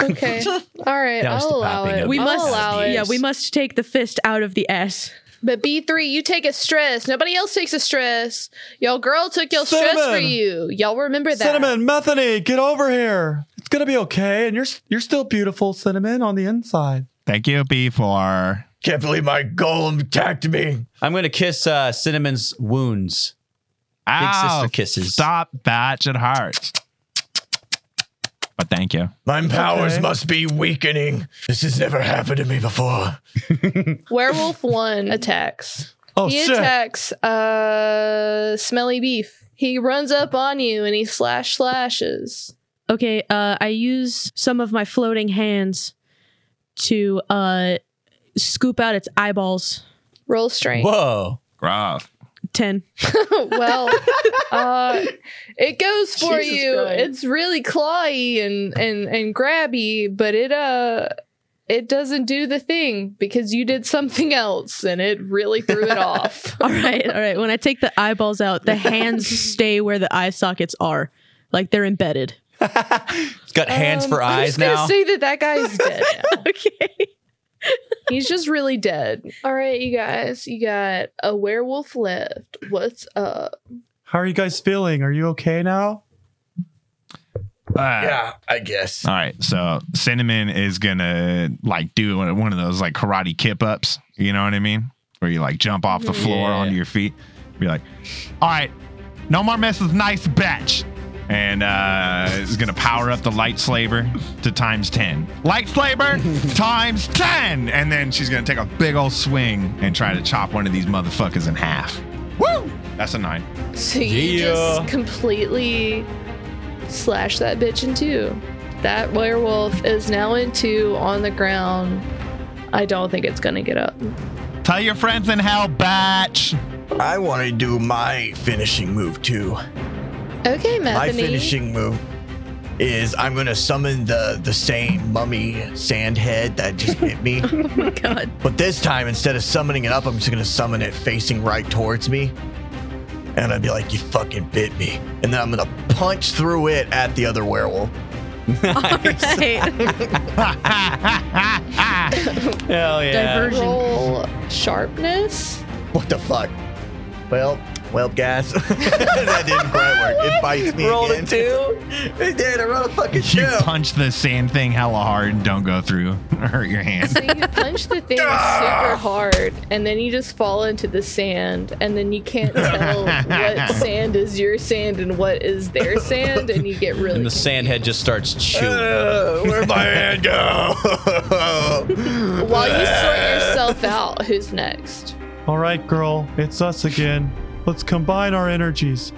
S2: Okay. All right.
S4: That was
S2: I'll
S4: the
S2: allow
S4: popping
S2: it.
S4: of
S5: We
S2: I'll
S5: must,
S2: allow it.
S5: yeah, we must take the fist out of the ass.
S2: But B3, you take a stress. Nobody else takes a stress. Y'all girl took y'all stress for
S6: Cinnamon.
S2: you. Y'all remember that.
S6: Cinnamon, Bethany, get over here. It's gonna be okay, and you're you're still beautiful, Cinnamon, on the inside.
S1: Thank you, B4.
S3: Can't believe my golem attacked me.
S4: I'm gonna kiss uh, Cinnamon's wounds.
S1: Ow,
S4: sister kisses.
S1: Stop batching hearts. But thank you.
S3: My powers
S6: okay.
S3: must be weakening. This has never happened to me before.
S2: Werewolf one attacks.
S6: Oh
S2: he
S6: shit!
S2: attacks uh smelly beef. He runs up on you and he slash slashes.
S5: Okay, uh, I use some of my floating hands to uh, scoop out its eyeballs.
S2: Roll strength.
S4: Whoa.
S1: Gross.
S5: Ten.
S2: well, uh, it goes for
S5: Jesus
S2: you.
S5: Christ.
S2: It's really clawy and and and grabby, but it uh it doesn't do the thing because you did something else and it really threw it off.
S5: All right, all right. When I take the eyeballs out, the hands stay where the eye sockets are, like they're embedded.
S4: It's got hands
S2: Um,
S4: for
S2: I'm
S4: eyes
S2: just gonna
S4: now.
S2: Say that that guy's dead. now.
S5: Okay.
S2: He's just really dead. All right, you guys, you got a werewolf left. What's up?
S6: How are you guys feeling? Are you okay now?
S1: Uh,
S3: Yeah, I guess.
S1: All right, so cinnamon is gonna like do one one of those like karate kip ups. You know what I mean? Where you like jump off the floor
S4: Yeah.
S1: onto your feet. Be like, all right, no more messes, nice batch. And uh is gonna power up the light slaver to times ten. Light slaver times ten, and then she's gonna take a big old swing and try to chop one of these motherfuckers in half. Woo! That's a nine.
S2: So you
S4: Yeah.
S2: just completely slash that bitch in two. That werewolf is now in two on the ground. I don't think it's gonna get up.
S1: Tell your friends in hell, batch.
S3: I want to do my finishing move too.
S2: Okay,
S3: My
S2: Methany.
S3: finishing move is I'm gonna summon the the same mummy sand head that just bit me.
S5: Oh my god.
S3: But this time, instead of summoning it up, I'm just gonna summon it facing right towards me. And I'd be like, you fucking bit me. And then I'm gonna punch through it at the other werewolf.
S5: Right.
S4: Hell yeah.
S5: Diversion.
S2: roll sharpness.
S3: What the fuck? Well, well, guys, that didn't quite work. It bites me.
S4: Rolled a
S3: again. two. It did. I rolled a fucking two.
S1: You punch the sand thing hella hard and don't go through or hurt your hand.
S2: So you punch the thing super hard, and then you just fall into the sand, and then you can't tell what sand is your sand and what is their sand, and you get really.
S4: And the sand head just starts chewing.
S3: Uh, where'd my hand go?
S2: confused. While you sort yourself out, who's next?
S6: All right, girl, it's us again. Let's combine our energies,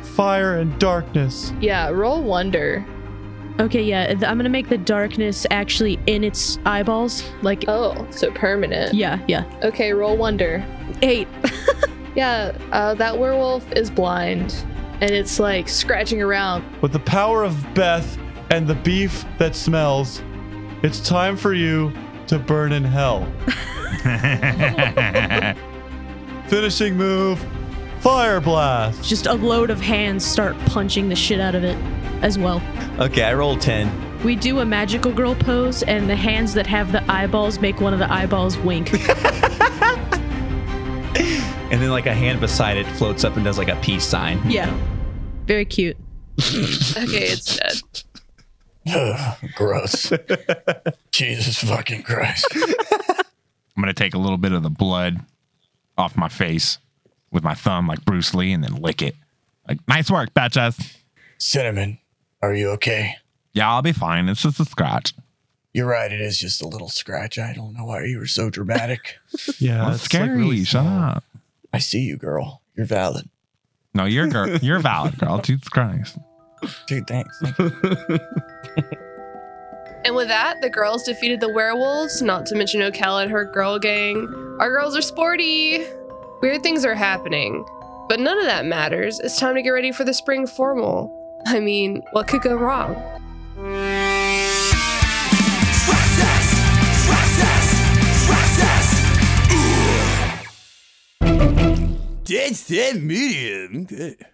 S6: fire and darkness.
S2: Yeah, roll wonder.
S5: Okay, yeah. th- I'm gonna make the darkness actually in its eyeballs. Like,
S2: Oh, so permanent.
S5: yeah, yeah.
S2: Okay, roll wonder.
S5: Eight.
S2: Yeah, uh, that werewolf is blind, and it's like scratching around.
S6: With the power of Beth and the beef that smells, it's time for you to burn in hell. Finishing move, fire blast.
S5: Just a load of hands start punching the shit out of it as well.
S4: Okay, I rolled 10.
S5: We do a magical girl pose, and the hands that have the eyeballs make one of the eyeballs wink.
S4: And then, like, a hand beside it floats up and does, like, a peace sign.
S5: yeah. Very cute.
S2: Okay, it's dead.
S3: Gross. Jesus fucking Christ.
S1: I'm gonna take a little bit of the blood off my face with my thumb, like Bruce Lee, and then lick it. Like, nice work, bitches.
S3: Cinnamon, are you okay?
S1: Yeah, I'll be fine. It's just a scratch.
S3: You're right. It is just a little scratch. I don't know why you were so dramatic.
S6: Yeah,
S1: That's
S6: it's, like,
S1: scary.
S6: really
S1: Shut
S6: small.
S1: up.
S3: I see you, girl. You're valid.
S1: No, you're girl. You're valid, girl. Jesus Christ.
S3: Dude, thanks.
S2: And with that, the girls defeated the werewolves, not to mention Ocala and her girl gang. Our girls are sporty. Weird things are happening. But none of that matters. It's time to get ready for the spring formal. I mean, what could go wrong?
S9: Dead set medium. Good.